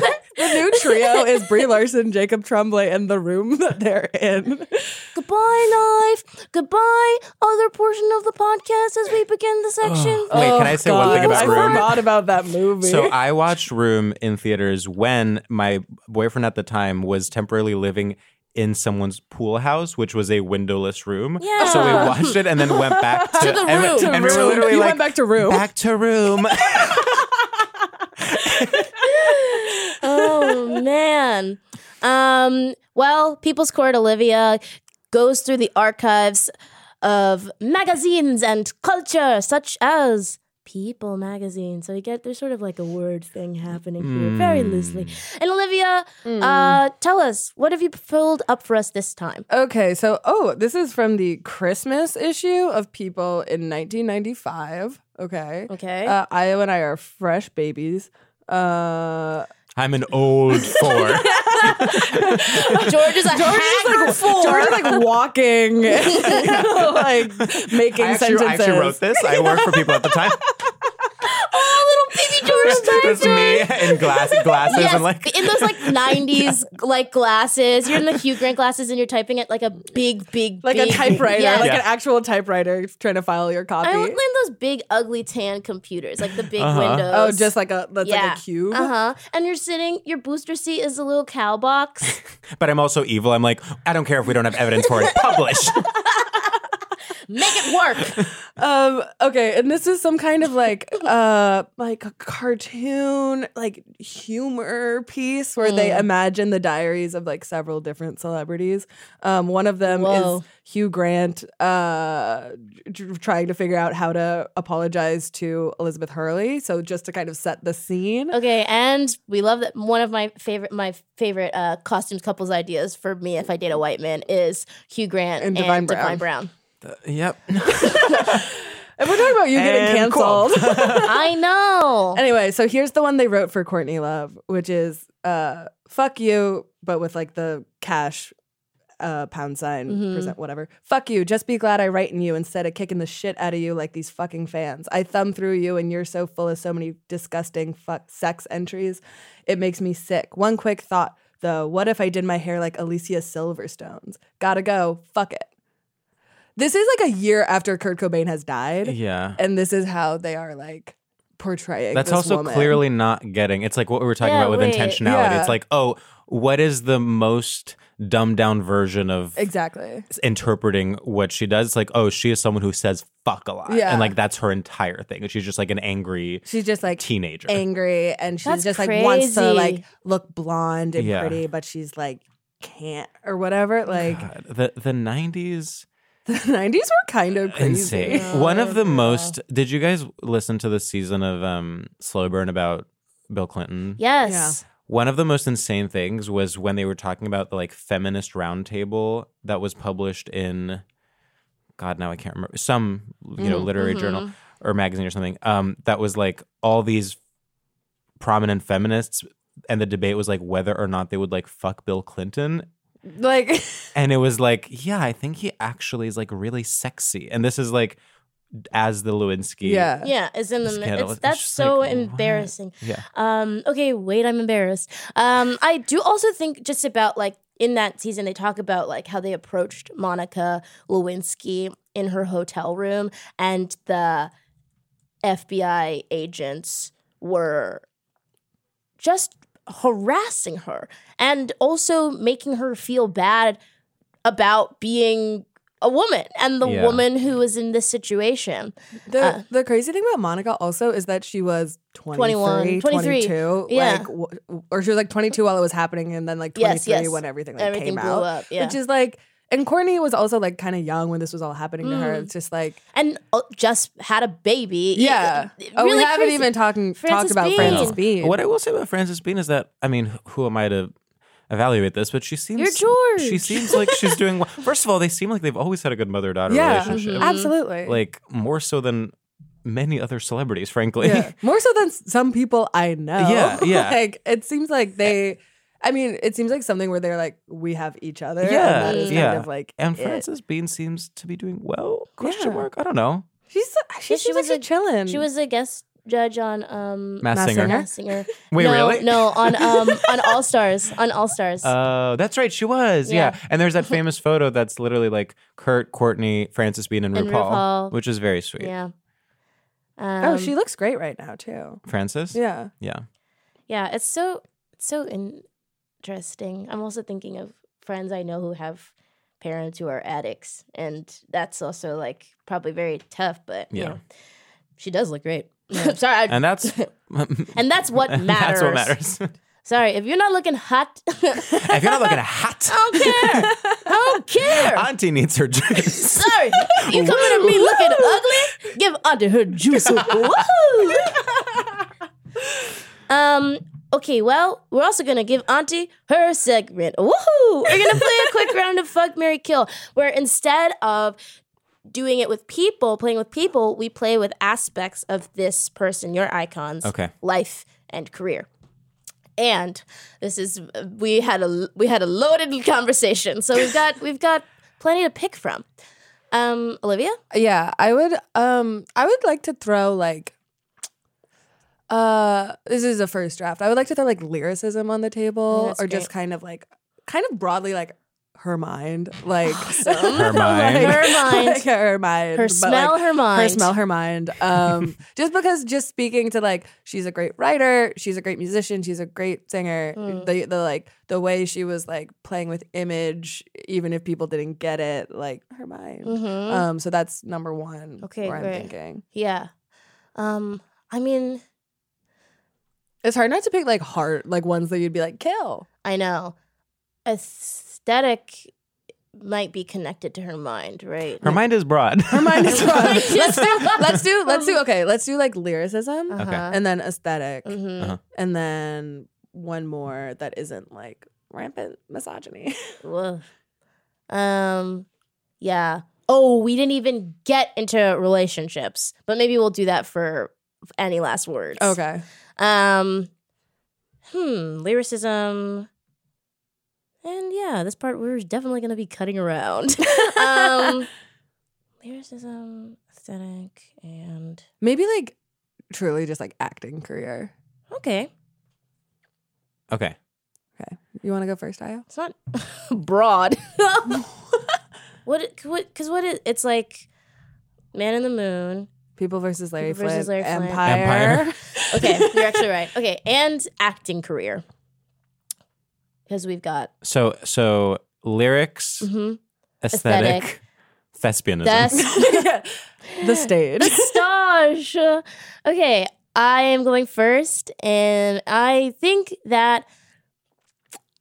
Speaker 6: Room.
Speaker 5: The new trio is Brie Larson, Jacob Tremblay, and the room that they're in.
Speaker 6: Goodbye, life. Goodbye, other portion of the podcast as we begin the section.
Speaker 7: Wait, can I say one thing
Speaker 5: Oh, I
Speaker 7: about Room?
Speaker 5: forgot about that movie.
Speaker 7: So I watched Room in theaters when my boyfriend at the time was temporarily living in someone's pool house, which was a windowless room.
Speaker 6: Yeah.
Speaker 7: So we watched it and then went back to,
Speaker 6: the
Speaker 7: and we-
Speaker 6: room. To
Speaker 7: And we were
Speaker 5: Room.
Speaker 7: literally
Speaker 5: You
Speaker 7: like,
Speaker 5: went back to Room.
Speaker 7: Back to room.
Speaker 6: oh man. Um, well, People's Court Olivia goes through the archives of magazines and culture, such as People magazine. So you get there's sort of like a word thing happening here, very loosely. And Olivia, uh, tell us what have you pulled up for us this time?
Speaker 5: okay, so oh, this is from the Christmas issue of People in 1995. Okay,
Speaker 6: Okay.
Speaker 5: Uh, Io and I are fresh babies. Uh,
Speaker 7: I'm an old four.
Speaker 6: George is a hacker fool.
Speaker 5: George is like walking, like making
Speaker 7: I actually,
Speaker 5: sentences.
Speaker 7: I actually wrote this. I worked for people at the time.
Speaker 6: Oh, little baby George
Speaker 7: Just me in glass, glasses
Speaker 6: Yes,
Speaker 7: and like
Speaker 6: in those like '90s like glasses, you're in the Hugh Grant glasses, and you're typing at like a big, big,
Speaker 5: like
Speaker 6: big,
Speaker 5: a typewriter,
Speaker 6: Yeah,
Speaker 5: like
Speaker 7: Yeah.
Speaker 5: an E actual typewriter, trying to file your copy.
Speaker 6: I would blame those big, ugly tan computers, like the big
Speaker 7: Uh-huh.
Speaker 6: windows.
Speaker 5: oh, just like a that's like a cube.
Speaker 6: Uh huh. And you're sitting. Your booster seat is a little cow box.
Speaker 7: but I'm also evil. I'm like, I don't care if we don't have evidence for it. Publish.
Speaker 6: Make it work.
Speaker 5: Um, okay, and this is some kind of like uh like a cartoon like humor piece where
Speaker 7: Hmm.
Speaker 5: they imagine the diaries of like several different celebrities. Um, one of them
Speaker 6: Whoa.
Speaker 5: is Hugh Grant uh tr- trying to figure out how to apologize to Elizabeth Hurley. So just to kind of set the scene.
Speaker 6: Okay, and we love that. One of my favorite, my favorite uh, costumes couples ideas for me if I date a white man is Hugh Grant
Speaker 5: And
Speaker 6: and,
Speaker 5: Divine
Speaker 6: Divine,
Speaker 5: Brown.
Speaker 6: Brown.
Speaker 7: yep.
Speaker 5: And we're talking about you getting
Speaker 7: And cool.
Speaker 5: canceled.
Speaker 6: I know.
Speaker 5: anyway, so here's the one they wrote for Courtney Love, which is uh fuck you, but with like the cash uh pound sign
Speaker 6: Mhm.
Speaker 5: percent whatever. Fuck you. Just be glad I write in you instead of kicking the shit out of you like these fucking fans. I thumb through you and you're so full of so many disgusting fuck sex entries. It makes me sick. One quick thought though, what if I did my hair like Alicia Silverstone's? Gotta go. Fuck it. This is like a year after Kurt Cobain has died
Speaker 7: Yeah.
Speaker 5: and this is how they are like portraying.
Speaker 7: That's
Speaker 5: this
Speaker 7: also
Speaker 5: woman.
Speaker 7: clearly not getting. It's like what we were talking
Speaker 6: Yeah,
Speaker 7: about with
Speaker 6: wait.
Speaker 7: intentionality.
Speaker 5: Yeah.
Speaker 7: It's like, oh, what is the most dumbed down version of
Speaker 5: exactly.
Speaker 7: interpreting what she does? It's like, oh, she is someone who says fuck a lot.
Speaker 5: Yeah.
Speaker 7: And like that's her entire thing. She's just like an angry
Speaker 5: She's just like
Speaker 7: teenager.
Speaker 5: angry, and she's
Speaker 6: That's
Speaker 5: just like wants to
Speaker 6: crazy.
Speaker 5: like look blonde and
Speaker 7: Yeah. Oh
Speaker 5: pretty, but she's like can't or whatever. Like
Speaker 7: God, the the nineties
Speaker 5: the nineties were kind of crazy.
Speaker 7: insane. One of the most did you guys listen to the season of um Slow Burn about Bill Clinton?
Speaker 6: Yes.
Speaker 5: Yeah.
Speaker 7: One of the most insane things was when they were talking about the like feminist roundtable that was published in God, now I can't remember some you know
Speaker 6: Mhm,
Speaker 7: literary journal
Speaker 6: mhm.
Speaker 7: or magazine or something. Um, that was like all these prominent feminists, and the debate was like whether or not they would like fuck Bill Clinton,
Speaker 5: Like,
Speaker 7: and it was like, yeah, I think he actually is like really sexy, and this is like as the Lewinsky,
Speaker 5: yeah.
Speaker 6: Yeah, it's in the mi-
Speaker 7: Scandal.
Speaker 6: it's,
Speaker 7: It's
Speaker 6: that's
Speaker 7: just
Speaker 6: so
Speaker 7: like, what?
Speaker 6: embarrassing.
Speaker 7: yeah.
Speaker 6: Um, okay, wait, I'm embarrassed. Um, I do also think just about like in that season they talk about like how they approached Monica Lewinsky in her hotel room and the FBI agents were just harassing her and also making her feel bad about being a woman and the
Speaker 7: Yeah.
Speaker 6: woman who was in this situation.
Speaker 5: The,
Speaker 6: Uh.
Speaker 5: the crazy thing about Monica also is that she was
Speaker 6: 21,
Speaker 5: 23,
Speaker 6: 23,
Speaker 5: 22.
Speaker 6: yeah.
Speaker 5: Like, w- or she was like 22 while it was happening and then like 23
Speaker 6: Yes, yes.
Speaker 5: when everything, like,
Speaker 6: Everything
Speaker 5: came
Speaker 6: blew
Speaker 5: out.
Speaker 6: up. Yeah.
Speaker 5: Which is like, and Courtney was also like kind of young when this was all happening to her.
Speaker 6: Mm.
Speaker 5: It's just like,
Speaker 6: and uh, just had a baby.
Speaker 5: yeah.
Speaker 6: It-
Speaker 5: oh, we
Speaker 6: really
Speaker 5: haven't
Speaker 6: crazy.
Speaker 5: even talking, talked
Speaker 6: Frances
Speaker 5: about
Speaker 6: Bean.
Speaker 5: Francis Bean.
Speaker 7: What I will say about Frances Bean is that I mean, wh- who am I to evaluate this? But she seems
Speaker 6: You're George.
Speaker 7: She seems like she's doing well. First of all, they seem like they've always had a good mother daughter
Speaker 5: Yeah.
Speaker 7: relationship,
Speaker 6: Mhm.
Speaker 5: Absolutely.
Speaker 7: like more so than many other celebrities, frankly.
Speaker 5: yeah. more so than s- some people I know.
Speaker 7: Yeah, yeah.
Speaker 5: like it seems like they. I mean, it seems like something where they're like, we have each other. and
Speaker 7: Yeah,
Speaker 5: that is
Speaker 7: yeah.
Speaker 5: Kind of like,
Speaker 7: And
Speaker 5: it.
Speaker 7: Frances Bean seems to be doing well? Question
Speaker 5: Yeah.
Speaker 7: mark. I don't know.
Speaker 5: she's she,
Speaker 6: Yeah, she
Speaker 5: seems
Speaker 6: was
Speaker 5: like
Speaker 6: a-
Speaker 5: she's chilling.
Speaker 6: She was a guest judge on um
Speaker 7: Mass,
Speaker 5: Masked
Speaker 7: Singer.
Speaker 5: Singer.
Speaker 6: Masked Singer.
Speaker 7: Wait,
Speaker 6: no,
Speaker 7: really?
Speaker 6: No, on um on All Stars. On All Stars.
Speaker 7: Oh, that's right. She was. Yeah.
Speaker 6: Yeah.
Speaker 7: And there's that famous photo that's literally like Kurt, Courtney, Frances Bean, and,
Speaker 6: And RuPaul.
Speaker 7: which is very sweet.
Speaker 6: yeah.
Speaker 5: oh,
Speaker 6: Um,
Speaker 5: she looks great right now too.
Speaker 7: Frances?
Speaker 5: Yeah,
Speaker 7: Yeah.
Speaker 6: Yeah, it's so it's so interesting. I'm also thinking of friends I know who have parents who are addicts, and that's also like probably very tough. But yeah,
Speaker 7: Yeah.
Speaker 6: she does look great. Sorry, I,
Speaker 7: And that's
Speaker 6: And that's what
Speaker 7: That's what
Speaker 6: matters.
Speaker 7: matters.
Speaker 6: sorry if you're not looking hot.
Speaker 7: if you're not looking hot,
Speaker 6: I don't care. I don't care.
Speaker 7: Auntie needs her juice.
Speaker 6: Sorry, you coming at me looking ugly? Give Auntie her juice. Woo! um. Okay. Well, we're also gonna give Auntie her segment. Woohoo! We're gonna play a quick round of Fuck Mary Kill, where instead of doing it with people, playing with people, we play with aspects of this person, your icons,
Speaker 7: Okay.
Speaker 6: life and career. And this is we had a we had a loaded conversation. So we've got we've got plenty to pick from. Um, Olivia,
Speaker 5: yeah. I would, um, I would like to throw like, uh, this is a first draft. I would like to throw like lyricism on the table,
Speaker 6: That's
Speaker 5: or just
Speaker 6: great.
Speaker 5: kind of like, kind of broadly like her mind, like
Speaker 7: Her mind.
Speaker 6: Her mind.
Speaker 5: like her mind,
Speaker 6: her
Speaker 5: but,
Speaker 6: smell,
Speaker 5: like,
Speaker 6: her mind,
Speaker 5: her smell her mind um just because just speaking to like she's a great writer she's a great musician she's a great singer
Speaker 6: Mm.
Speaker 5: the the like the way she was like playing with image even if people didn't get it like her mind
Speaker 6: Mhm.
Speaker 5: um so that's number one
Speaker 6: Okay,
Speaker 5: where
Speaker 6: great.
Speaker 5: i'm thinking
Speaker 6: yeah. Um, I mean,
Speaker 5: it's hard not to pick like heart like ones that you'd be like kill
Speaker 6: I know aesthetic might be connected to her mind, right?
Speaker 7: Her mind is broad.
Speaker 5: her mind is wrong.
Speaker 6: Her mind is
Speaker 5: let's do
Speaker 6: wrong.
Speaker 5: let's do let's do okay let's do like lyricism
Speaker 6: Um, Uh-huh.
Speaker 5: and then esthetic
Speaker 6: Mhm.
Speaker 7: Uh-huh.
Speaker 5: and then one more that isn't like rampant misogyny
Speaker 7: Uh-huh.
Speaker 6: Woof. Um, yeah. Oh, we didn't even get into relationships, but maybe we'll do that for any last words.
Speaker 5: okay
Speaker 6: Um, hmm, lyricism. And yeah, this part we're definitely gonna be cutting around. um, lyricism, aesthetic, and
Speaker 5: Maybe like truly just like acting career.
Speaker 6: okay,
Speaker 7: Okay.
Speaker 5: You want to go first, Io?
Speaker 6: it's not broad. what? it- What? Because what? It, it's like Man in the Moon.
Speaker 5: People versus Larry
Speaker 6: People versus
Speaker 5: Flint,
Speaker 6: Larry Flint.
Speaker 5: Empire.
Speaker 7: Empire.
Speaker 6: Okay, you're actually right. Okay, and acting career. Because we've got
Speaker 7: So so lyrics,
Speaker 6: mhm,
Speaker 7: aesthetic,
Speaker 6: Aesthetic.
Speaker 7: thespianism.
Speaker 6: that's
Speaker 5: the stage.
Speaker 6: Stash. Okay, I am going first, and I think that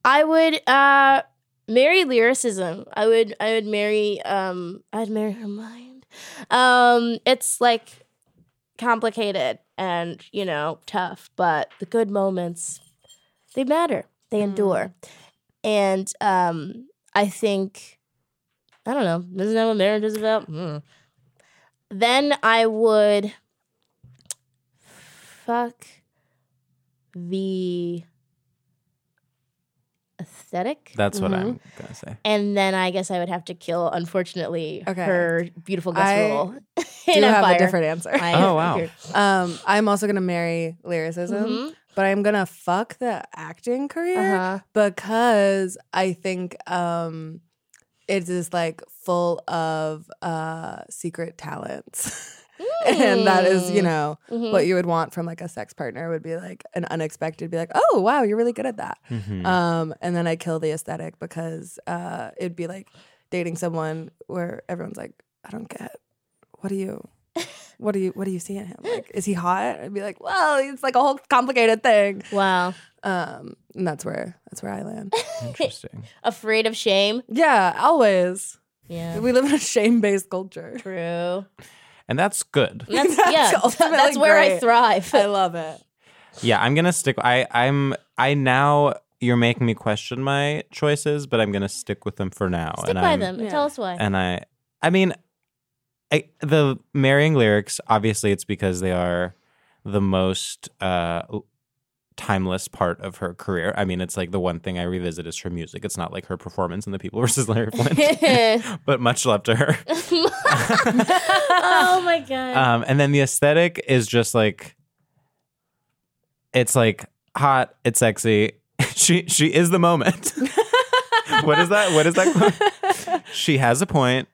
Speaker 6: I would uh marry lyricism. I would I would marry um I'd marry her mind. Um it's like complicated and you know tough, but the good moments they matter. They
Speaker 5: Mm.
Speaker 6: endure. And um, I think, I don't know, isn't that what marriage is about? Mm. Then I would fuck the aesthetic. Mm-hmm.
Speaker 7: That's what
Speaker 10: Mhm.
Speaker 7: I'm gonna say.
Speaker 6: and then I guess I would have to kill, unfortunately,
Speaker 10: Okay.
Speaker 6: her beautiful Gus
Speaker 5: I
Speaker 6: rule.
Speaker 5: do
Speaker 6: in
Speaker 5: have
Speaker 6: Empire.
Speaker 5: a different answer.
Speaker 6: I-
Speaker 7: Oh, wow.
Speaker 6: here.
Speaker 5: Um, I'm also gonna marry lyricism,
Speaker 6: Mhm.
Speaker 5: but I'm gonna fuck the acting career
Speaker 6: Uh-huh.
Speaker 5: because I think um, it is like full of uh, secret talents, and that is you
Speaker 6: Mm.
Speaker 5: know
Speaker 6: Mhm.
Speaker 5: what you would want from like a sex partner would be like an unexpected, be like, oh wow, you're really good at that.
Speaker 7: Mhm.
Speaker 5: Um, and then I kill the aesthetic because uh, it'd be like dating someone where everyone's like, I don't get. What do you? What do you? What do you see in him? Like, is he hot? I'd be like, well, it's like a whole complicated thing.
Speaker 6: Wow.
Speaker 5: Um, and that's where that's where I land.
Speaker 7: Interesting.
Speaker 6: Afraid of shame.
Speaker 5: yeah, always.
Speaker 6: Yeah.
Speaker 5: We live in a shame based culture.
Speaker 6: True.
Speaker 7: And that's good.
Speaker 6: That's,
Speaker 5: That's
Speaker 6: yeah.
Speaker 5: ultimately
Speaker 6: That's where I
Speaker 5: great. Oh,
Speaker 6: thrive.
Speaker 5: I love it.
Speaker 7: Yeah, I'm gonna stick. I I'm I now you're making me question my choices, but I'm gonna stick with them for now.
Speaker 6: Stick
Speaker 7: and
Speaker 6: by
Speaker 7: I'm,
Speaker 6: them. and
Speaker 5: yeah.
Speaker 6: Tell us why.
Speaker 7: And I I mean, I the marrying lyrics. Obviously, it's because they are the most uh timeless part of her career. I mean, it's like the one thing I revisit is her music. It's not like her performance in The People versus Larry Flint, but much love to her.
Speaker 6: oh my god.
Speaker 7: Um, and then the aesthetic is just like, it's like hot, it's sexy. she she is the moment. what is that? What is that? quote? she has a point.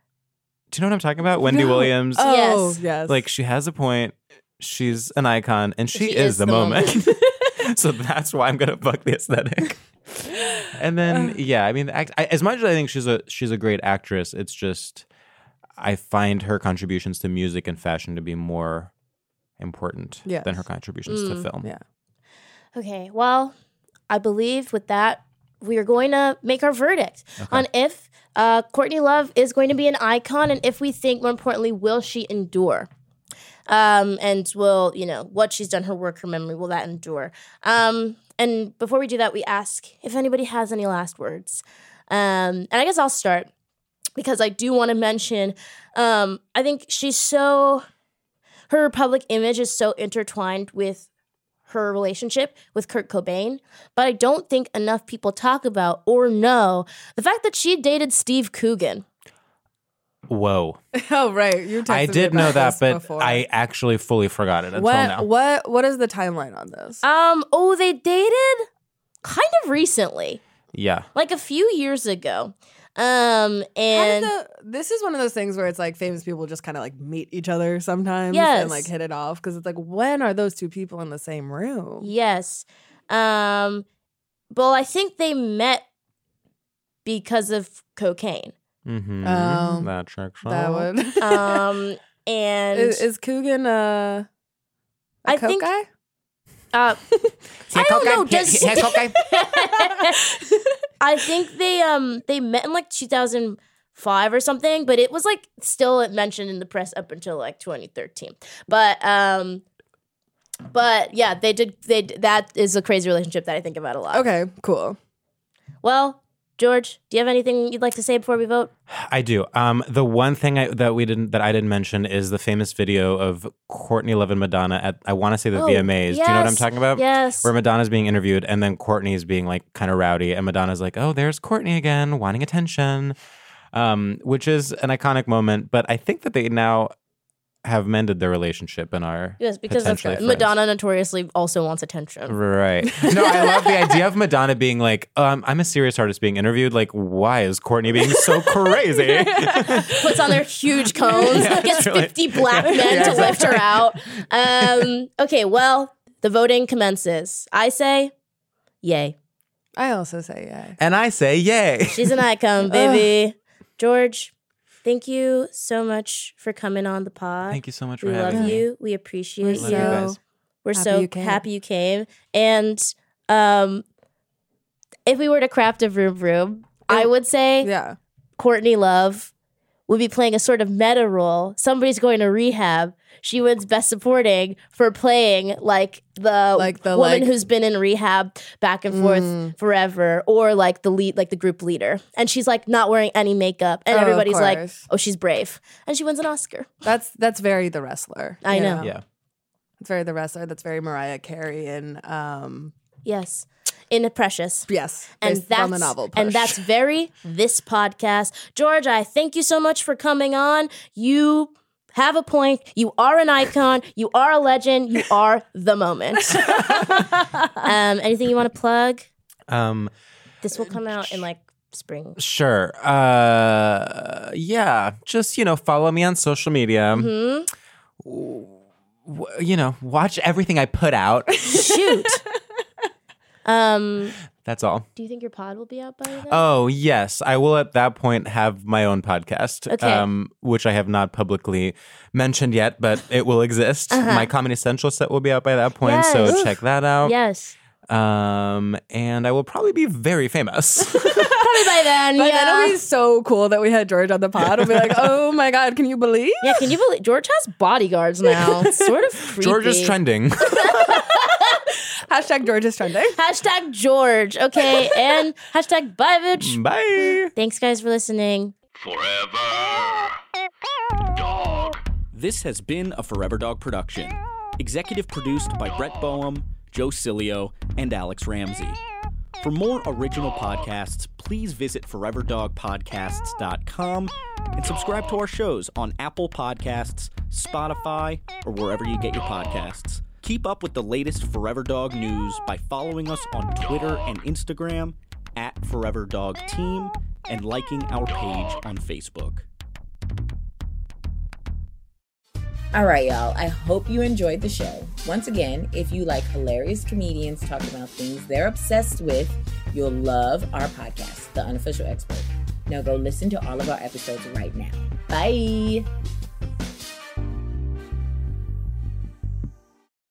Speaker 7: Do you know what I'm talking about? Wendy
Speaker 5: No.
Speaker 7: Williams.
Speaker 5: Oh
Speaker 6: Yes.
Speaker 5: yes,
Speaker 7: Like she has a point. She's an icon, and she,
Speaker 6: She
Speaker 7: is,
Speaker 6: is
Speaker 7: the,
Speaker 6: the
Speaker 7: moment. so that's why I'm gonna fuck the aesthetic. And then yeah, I mean, act, I, as much as I think she's a she's a great actress, it's just I find her contributions to music and fashion to be more important than
Speaker 5: Yes.
Speaker 7: her contributions to
Speaker 6: Mm.
Speaker 7: film.
Speaker 5: Yeah.
Speaker 6: Okay, well, I believe with that, we are going to make our verdict on if uh, Courtney Love is going to be an icon and if we think, more importantly, will she endure? Um, and will, you know, what she's done, her work, her memory, will that endure? Um, and before we do that, we ask if anybody has any last words. Um, and I guess I'll start because I do want to mention, um, I think she's so, her public image is so intertwined with her relationship with Kurt Cobain, but I don't think enough people talk about or know the fact that she dated Steve Coogan.
Speaker 7: Whoa,
Speaker 5: oh right, you. Texted
Speaker 7: I
Speaker 5: me
Speaker 7: did
Speaker 5: about
Speaker 7: know that,
Speaker 5: this
Speaker 7: but
Speaker 5: before.
Speaker 7: I actually fully forgot it until
Speaker 5: What
Speaker 7: now.
Speaker 5: what what is the timeline on this?
Speaker 6: Um, oh, they dated kind of recently,
Speaker 7: Yeah,
Speaker 6: like a few years ago. Um,
Speaker 5: How
Speaker 6: and
Speaker 5: did the- this is one of those things where it's like famous people just kind of like meet each other sometimes
Speaker 6: Yes.
Speaker 5: and like hit it off because it's like when are those two people in the same room?
Speaker 6: yes, um, well, I think they met because of cocaine.
Speaker 7: mm-hmm.
Speaker 5: Oh,
Speaker 7: that tracks.
Speaker 5: that
Speaker 7: well.
Speaker 5: would.
Speaker 6: Um, and
Speaker 5: is, is Coogan uh, a
Speaker 6: I
Speaker 5: coke
Speaker 6: think-
Speaker 5: guy?
Speaker 6: uh, I don't know. Does
Speaker 7: okay.
Speaker 6: I think they um they met in like 2005 or something, but it was like still mentioned in the press up until like 2013. But um, but yeah, they did. They d- that is a crazy relationship that I think about a lot.
Speaker 5: Okay, cool.
Speaker 6: Well, George, do you have anything you'd like to say before we vote?
Speaker 7: I do. Um, the one thing I, that we didn't that I didn't mention is the famous video of Courtney Love and Madonna at I want to say the
Speaker 6: Oh,
Speaker 7: VMAs. Do you know what I'm
Speaker 6: yes,
Speaker 7: talking about?
Speaker 6: yes.
Speaker 7: Where Madonna's being interviewed and then Courtney's being like kind of rowdy and Madonna's like, "Oh, there's Courtney again, wanting attention," um, which is an iconic moment. But I think that they now have mended their relationship and are
Speaker 6: Yes, because of
Speaker 7: potentially friends.
Speaker 6: Madonna notoriously also wants attention.
Speaker 7: Right. No, I love the idea of Madonna being like, um, I'm a serious artist being interviewed. Like, why is Courtney being so crazy?
Speaker 6: puts on their huge cones,
Speaker 7: Yeah,
Speaker 6: gets
Speaker 7: really.
Speaker 6: 50 black men to lift her out. Um, okay, well, the voting commences. I say, yay.
Speaker 5: I also say yeah.
Speaker 7: and I say, yay.
Speaker 6: She's an icon, baby. George, thank you so much for coming on the pod.
Speaker 7: Thank you so much for
Speaker 6: We
Speaker 7: having
Speaker 6: love
Speaker 7: me.
Speaker 6: you. We appreciate
Speaker 5: Love
Speaker 6: you.
Speaker 5: you
Speaker 7: guys.
Speaker 6: We're
Speaker 5: Happy
Speaker 6: so
Speaker 5: you came.
Speaker 6: happy you came. And um, if we were to craft a room room, I would say
Speaker 5: Yeah.
Speaker 6: Courtney Love would be playing a sort of meta role. Somebody's going to rehab. She wins Best Supporting for playing like the
Speaker 11: Like the,
Speaker 6: woman
Speaker 11: like-
Speaker 6: who's been in rehab back and forth
Speaker 11: Mm.
Speaker 6: forever, or like the lead, like the group leader. And she's like not wearing any makeup, and
Speaker 11: Oh, of
Speaker 6: everybody's like,
Speaker 11: course.
Speaker 6: "Oh, she's brave," and she wins an Oscar.
Speaker 11: That's that's very the wrestler.
Speaker 6: I
Speaker 11: you
Speaker 6: know.
Speaker 7: Yeah.
Speaker 11: It's very the wrestler. That's very Mariah Carey and um
Speaker 6: Yes, in Precious.
Speaker 11: yes,
Speaker 6: and
Speaker 11: based
Speaker 6: that's
Speaker 11: on the novel.
Speaker 6: and
Speaker 11: Push.
Speaker 6: that's very this podcast. George, I thank you so much for coming on. You have a point. You are an icon. You are a legend. You are the moment. um, anything you want to plug?
Speaker 7: Um,
Speaker 6: This will come out in like spring.
Speaker 7: sure. Uh, yeah. Just, you know, follow me on social media.
Speaker 6: Hmm?
Speaker 7: W- You know, watch everything I put out.
Speaker 6: Shoot. um,
Speaker 7: That's all.
Speaker 6: do you think your pod will be out by then?
Speaker 7: Oh, yes. I will at that point have my own podcast,
Speaker 6: Okay.
Speaker 7: um, which I have not publicly mentioned yet, but it will exist. My Comedy Central set will be out by that point, so
Speaker 6: Uh-huh. Yes.
Speaker 7: check that out.
Speaker 6: yes.
Speaker 7: Um, and I will probably be very famous.
Speaker 6: Probably by then.
Speaker 11: But
Speaker 6: yeah.
Speaker 11: then it'll be so cool that we had George on the pod. We'll be like, oh my god, can you believe?
Speaker 6: yeah, can you believe George has bodyguards now? It's sort of creepy.
Speaker 7: George is trending.
Speaker 11: Hashtag George is trending.
Speaker 6: Hashtag George. Okay. and hashtag bye, bitch.
Speaker 7: Bye.
Speaker 6: Thanks, guys, for listening.
Speaker 1: Forever. Dog.
Speaker 12: This has been a Forever Dog production. Executive produced by Brett Boehm, Joe Cilio, and Alex Ramsey. For more original podcasts, please visit foreverdogpodcasts.com and subscribe to our shows on Apple Podcasts, Spotify, or wherever you get your podcasts. Keep up with the latest Forever Dog news by following us on Twitter and Instagram at Forever Dog Team and liking our page on Facebook.
Speaker 2: All right, y'all. I hope you enjoyed the show. Once again, if you like hilarious comedians talking about things they're obsessed with, you'll love our podcast, The Unofficial Expert. Now go listen to all of our episodes right now. Bye.